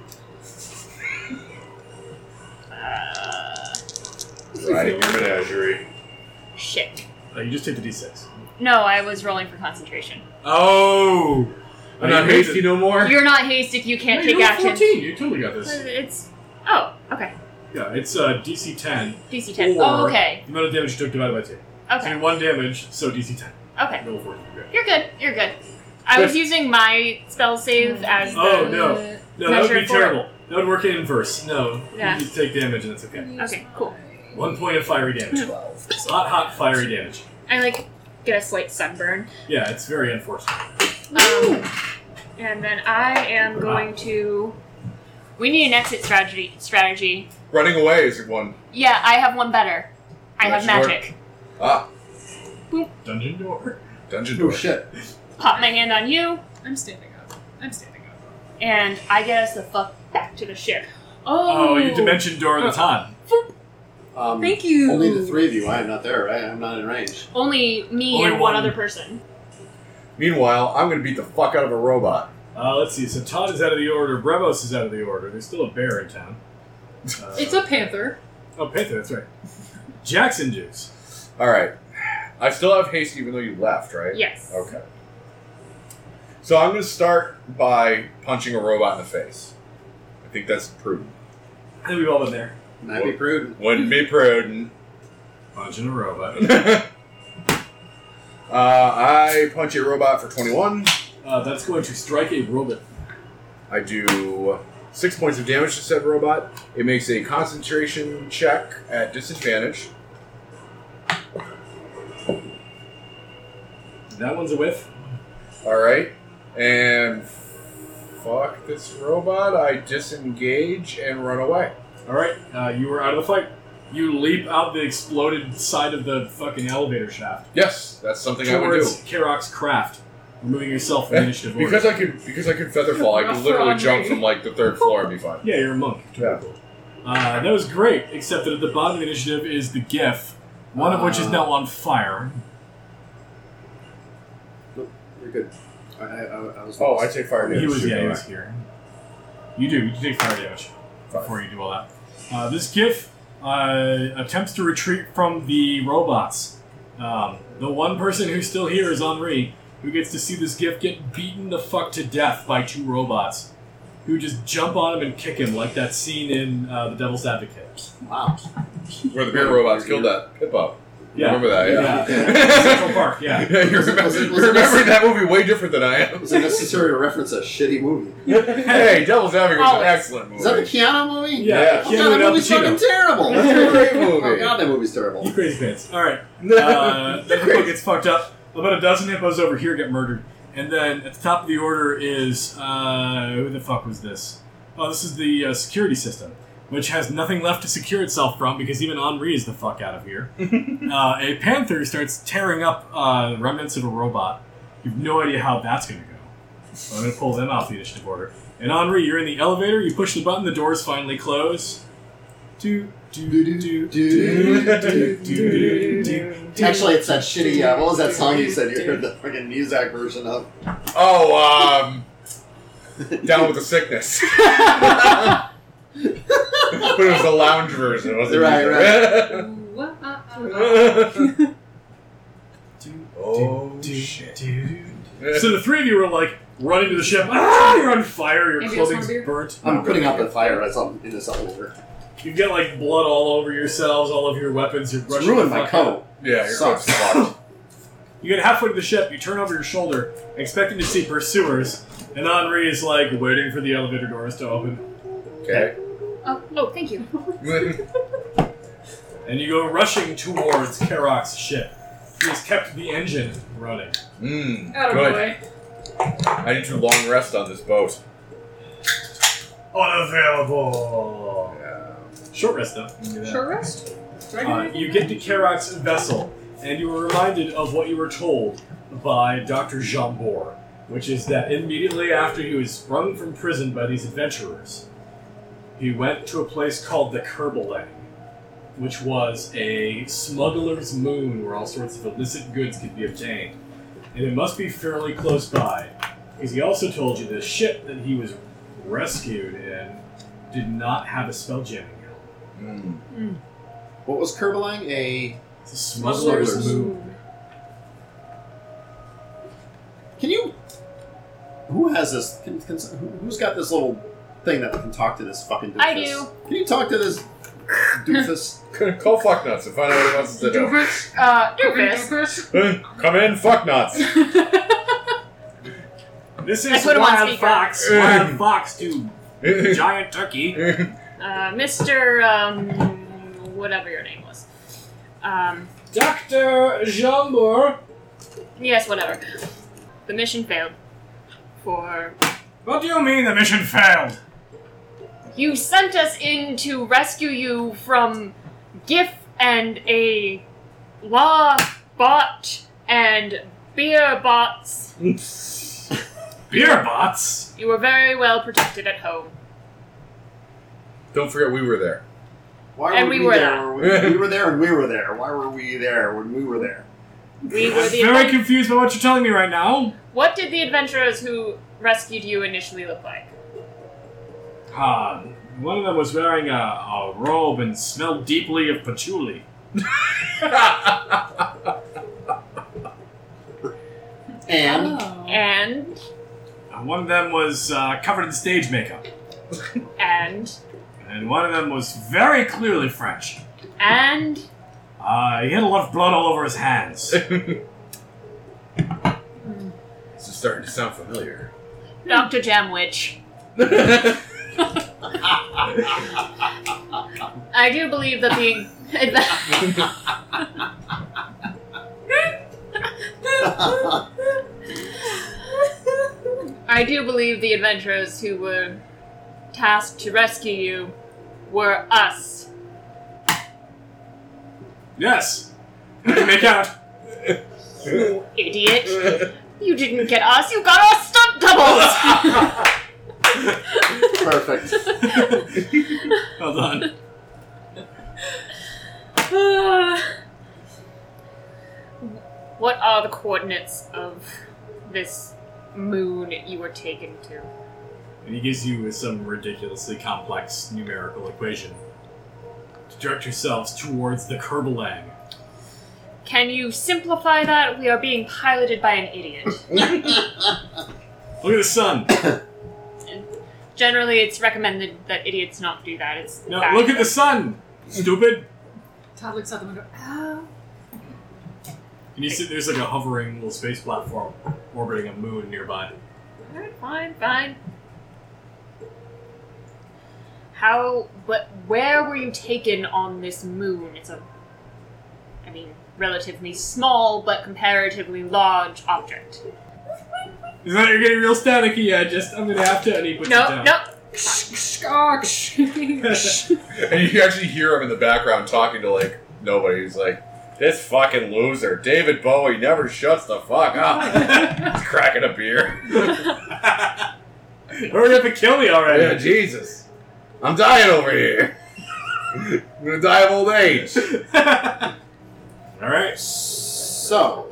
Speaker 9: Riding your menagerie.
Speaker 5: Shit.
Speaker 2: Uh, you just take the d6.
Speaker 5: No, I was rolling for concentration.
Speaker 2: Oh!
Speaker 3: I'm not hasty no more.
Speaker 5: You're not hasty if you can't
Speaker 2: you
Speaker 5: take
Speaker 2: rolled
Speaker 5: action.
Speaker 2: 14. You totally got this.
Speaker 5: It's oh okay.
Speaker 2: Yeah, it's uh, DC 10.
Speaker 5: DC ten.
Speaker 2: Or-
Speaker 5: Oh okay.
Speaker 2: The amount of damage you took divided by 2. So
Speaker 5: Okay.
Speaker 2: you did 1 damage, so DC 10.
Speaker 5: Okay.
Speaker 2: Roll 14. Okay.
Speaker 5: You're good. You're good. I was using my spell save as the
Speaker 2: Oh, no. No, that would
Speaker 5: Measure
Speaker 2: be
Speaker 5: it for-
Speaker 2: terrible. That would work in inverse. No,
Speaker 5: Yeah.
Speaker 2: you just take damage and that's okay.
Speaker 5: Okay, cool.
Speaker 2: One point of fiery damage.
Speaker 4: Twelve.
Speaker 2: Hot, hot fiery damage.
Speaker 5: I like get a slight sunburn.
Speaker 2: Yeah, it's very unfortunate.
Speaker 5: Um, and then I am going to.
Speaker 2: Ah.
Speaker 5: We need an exit strategy. Strategy.
Speaker 3: Running away is one.
Speaker 5: Yeah, I have one better. I have
Speaker 3: Nice work.
Speaker 5: magic.
Speaker 3: Ah,
Speaker 2: Dungeon door.
Speaker 3: dungeon
Speaker 1: Oh
Speaker 3: door.
Speaker 1: shit!
Speaker 5: Pop my hand on you,
Speaker 4: I'm standing up. I'm standing up.
Speaker 5: and I get us the fuck back to the ship.
Speaker 2: Oh,
Speaker 4: Oh,
Speaker 2: you dimension door at the time.
Speaker 1: Um,
Speaker 4: Thank you.
Speaker 1: Only the three of you. I am not there. Right? I'm not in range.
Speaker 5: Only me
Speaker 2: Only
Speaker 5: and one
Speaker 2: one.
Speaker 5: other person.
Speaker 3: Meanwhile, I'm gonna beat the fuck out of a robot.
Speaker 2: Uh, let's see. So Todd is out of the order. Brevos is out of the order. There's still a bear in town. Uh,
Speaker 4: It's a panther.
Speaker 2: oh, Panther. That's right. Jackson Juice.
Speaker 3: All right. I still have haste, even though you left, right?
Speaker 5: Yes.
Speaker 3: Okay. So I'm gonna start by punching a robot in the face. I think that's prudent.
Speaker 2: I think we've all been there.
Speaker 1: And I'd be prudent.
Speaker 3: Wouldn't be prudent.
Speaker 2: Punching a robot.
Speaker 3: uh, I punch a robot for 21.
Speaker 2: Uh, that's going to strike a robot.
Speaker 3: I do six points of damage to said robot. It makes a concentration check at disadvantage.
Speaker 2: That one's a whiff.
Speaker 3: All right, and fuck this robot. I disengage and run away.
Speaker 2: All right. Uh, you were out of the fight. You leap out the exploded side of the fucking elevator shaft
Speaker 3: Yes, that's something I would do
Speaker 2: towards Kerok's craft, removing yourself from
Speaker 3: Eh,
Speaker 2: initiative order.
Speaker 3: because I could because I could feather fall. I could literally jump from like the third floor and be fine.
Speaker 2: Yeah, you're a monk.
Speaker 3: Yeah.
Speaker 2: Uh, that was great, except that at the bottom of the initiative is the GIF, one of
Speaker 3: Uh,
Speaker 2: which is now on fire.
Speaker 1: Nope, you're good. I, I, I, I was.
Speaker 3: Oh, I take fire damage.
Speaker 2: he was,
Speaker 3: too,
Speaker 2: yeah, he
Speaker 3: don't
Speaker 2: was here. You do. You take fire damage
Speaker 3: Fire.
Speaker 2: before you do all that. Uh, this GIF uh, attempts to retreat from the robots. Um, the one person who's still here is Henri, who gets to see this GIF get beaten the fuck to death by two robots, who just jump on him and kick him like that scene in uh, The Devil's Advocate.
Speaker 1: Wow.
Speaker 3: I? Where the big robots killed that Pip up.
Speaker 2: Yeah.
Speaker 3: Remember that? Yeah.
Speaker 2: Central Park, yeah.
Speaker 3: you
Speaker 1: Was it-
Speaker 3: remember,
Speaker 1: was it- was
Speaker 3: you
Speaker 1: it-
Speaker 3: remember that movie way different than I am.
Speaker 1: It was it necessary to reference a shitty movie?
Speaker 3: hey, Devil's Advocate was an
Speaker 5: Always.
Speaker 3: excellent movie.
Speaker 1: Oh, Is that the Keanu movie?
Speaker 2: Yeah,
Speaker 3: Yeah.
Speaker 1: Oh,
Speaker 2: Keanu
Speaker 1: God,
Speaker 2: and
Speaker 1: that
Speaker 2: Al
Speaker 1: movie's
Speaker 2: Pacino.
Speaker 1: fucking terrible.
Speaker 3: That's a great
Speaker 1: Oh
Speaker 3: movie.
Speaker 1: God, that movie's
Speaker 2: You
Speaker 1: terrible.
Speaker 2: crazy pants. All right. Uh, the hippo gets fucked up. About a dozen hippos over here get murdered. And then at the top of the order is uh, who the fuck was this? Oh, this is the uh, security system, which has nothing left to secure itself from because even Henri is the fuck out of here. uh, a panther starts tearing up uh, remnants of a robot. You've no idea how that's going to go. So I'm going to pull them off the initiative order. And Henri, you're in the elevator. You push the button. The doors finally close. Do do do do do do do do.
Speaker 1: Actually, it's that shitty. Uh, what was that song you said you heard the fucking Muzak version of?
Speaker 3: Oh, um, Down with the Sickness. but it was the lounge version, wasn't
Speaker 1: Right,
Speaker 3: it?
Speaker 4: Ooh, ah, ah, ah.
Speaker 3: Right, right. oh, shit.
Speaker 2: So the three of you are like running to the ship. Ah, you're on fire. Your
Speaker 4: Maybe it's
Speaker 2: clothing's
Speaker 4: one beer?
Speaker 2: burnt.
Speaker 1: I'm putting out the fire. That's all in this elevator.
Speaker 2: You've got like blood all over yourselves, all of your weapons. You're
Speaker 1: It's
Speaker 2: rushing.
Speaker 1: ruined
Speaker 2: the
Speaker 1: my
Speaker 2: fuck out.
Speaker 1: coat.
Speaker 3: yeah, you're
Speaker 1: Sucks.
Speaker 3: fucked.
Speaker 2: You get halfway to the ship. You turn over your shoulder, expecting to see pursuers, and Henri is like waiting for the elevator doors to open,
Speaker 3: Okay.
Speaker 5: Oh no, thank you.
Speaker 2: and you go rushing towards Kerok's ship. He has kept the engine running.
Speaker 3: Mmm.
Speaker 4: Attaboy.
Speaker 3: Good. I need to long rest on this boat.
Speaker 2: Unavailable.
Speaker 3: Yeah.
Speaker 2: Short rest though. You can do that.
Speaker 4: Short rest. Do I do
Speaker 2: Uh,
Speaker 4: anything?
Speaker 2: you get to Kerak's vessel, and you are reminded of what you were told by Dr. Jambor, which is that immediately after he was sprung from prison by these adventurers, he went to a place called the Kerbelang, which was a smuggler's moon where all sorts of illicit goods could be obtained. And it must be fairly close by, because he also told you the ship that he was rescued in did not have a spell jamming hill.
Speaker 3: Mm.
Speaker 1: What was Kerbelang? A.
Speaker 2: It's a smuggler's,
Speaker 1: Smuggler's
Speaker 2: moon.
Speaker 1: Can you. Who has this? Can, can, who- who's got this little thing that can talk to this fucking doofus?
Speaker 5: I do.
Speaker 1: Can you talk to this doofus?
Speaker 3: Call fuck nuts and find out what he wants to sit down.
Speaker 4: Doofus. Uh,
Speaker 5: Doofus.
Speaker 4: Doofus.
Speaker 3: Come in, fuck nuts.
Speaker 5: Uh,
Speaker 2: This
Speaker 5: I
Speaker 2: is
Speaker 5: put him on
Speaker 2: Wild
Speaker 5: speaker.
Speaker 2: Fox. Wild Fox to giant turkey.
Speaker 5: Uh, Mr. Um, whatever your name was. Um,
Speaker 2: Dr. Jambor,
Speaker 5: yes, whatever. The mission failed. For
Speaker 2: what do you mean the mission failed?
Speaker 5: you sent us in to rescue you from GIF and a law bot and beer bots.
Speaker 2: Beer bots?
Speaker 5: You were very well protected at home.
Speaker 3: Don't forget we were there.
Speaker 1: Why
Speaker 5: And
Speaker 1: were
Speaker 5: we
Speaker 1: we,
Speaker 5: were
Speaker 1: there?
Speaker 3: there.
Speaker 1: when We, we were there and we were there. Why were we there when we were there?
Speaker 5: We were
Speaker 2: I'm
Speaker 5: the
Speaker 2: very
Speaker 5: adven-
Speaker 2: confused by what you're telling me right now.
Speaker 5: what did the adventurers who rescued you initially look like?
Speaker 2: Ah, one of them was wearing a, a robe and smelled deeply of patchouli.
Speaker 1: And
Speaker 4: Oh.
Speaker 5: And
Speaker 2: And one of them was uh, covered in stage makeup.
Speaker 5: and
Speaker 2: And one of them was very clearly French.
Speaker 5: and
Speaker 2: Uh, he had a lot of blood all over his hands.
Speaker 3: This is starting to sound familiar.
Speaker 5: Dr. Jamwich. I do believe that the. Oh. I do believe the adventurers who were tasked to rescue you were us.
Speaker 2: yes. How do you make out?
Speaker 5: You idiot. You didn't get us, you got our stunt doubles!
Speaker 1: perfect.
Speaker 2: Hold on.
Speaker 5: what are the coordinates of this moon you were taken to?
Speaker 2: And he gives you some ridiculously complex numerical equation to direct yourselves towards the Kerbalang.
Speaker 5: Can you simplify that? We are being piloted by an idiot.
Speaker 2: Look at the sun.
Speaker 5: Generally, it's recommended that idiots not do that. It's
Speaker 2: No,
Speaker 5: bad.
Speaker 2: look at the sun, stupid.
Speaker 4: Todd looks out the window. Oh.
Speaker 2: And you see, there's like a hovering little space platform orbiting a moon nearby.
Speaker 5: Alright, fine, fine. How? But where were you taken on this moon? It's a, I mean, relatively small but comparatively large object.
Speaker 2: Is that you're getting real staticky? Yeah, just I'm gonna have to. And he puts it
Speaker 5: No,
Speaker 2: down.
Speaker 5: no.
Speaker 3: And you can actually hear him in the background talking to like nobody. He's like, "This fucking loser, David Bowie, never shuts the fuck up." He's cracking a beer.
Speaker 2: Hurry up and kill me
Speaker 3: Yeah,
Speaker 2: already.
Speaker 3: Jesus, I'm dying over here. I'm gonna die of old age.
Speaker 2: All right.
Speaker 1: So,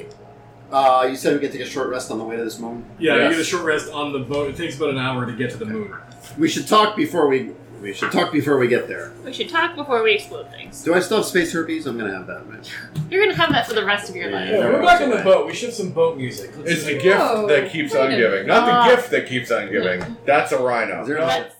Speaker 1: uh, you said we could take a short rest on the way to this moon.
Speaker 2: Yeah, you
Speaker 3: Yes.
Speaker 2: get a short rest on the boat. It takes about an hour to get to the moon.
Speaker 1: We should talk before we. We should talk before we get there.
Speaker 5: We should talk before we explode things.
Speaker 1: Do I still have space herpes? I'm gonna have that. Right?
Speaker 5: You're gonna have that for the rest of your
Speaker 1: Yeah.
Speaker 5: life.
Speaker 2: Yeah, we're back in the boat. We should some boat music. Let's
Speaker 3: It's
Speaker 2: just-
Speaker 3: the gift
Speaker 4: Oh,
Speaker 3: that keeps
Speaker 4: wait
Speaker 3: on
Speaker 4: a
Speaker 3: giving, not the
Speaker 5: minute.
Speaker 3: gift that keeps on giving. That's a rhino.
Speaker 1: Is there
Speaker 3: No,
Speaker 1: a-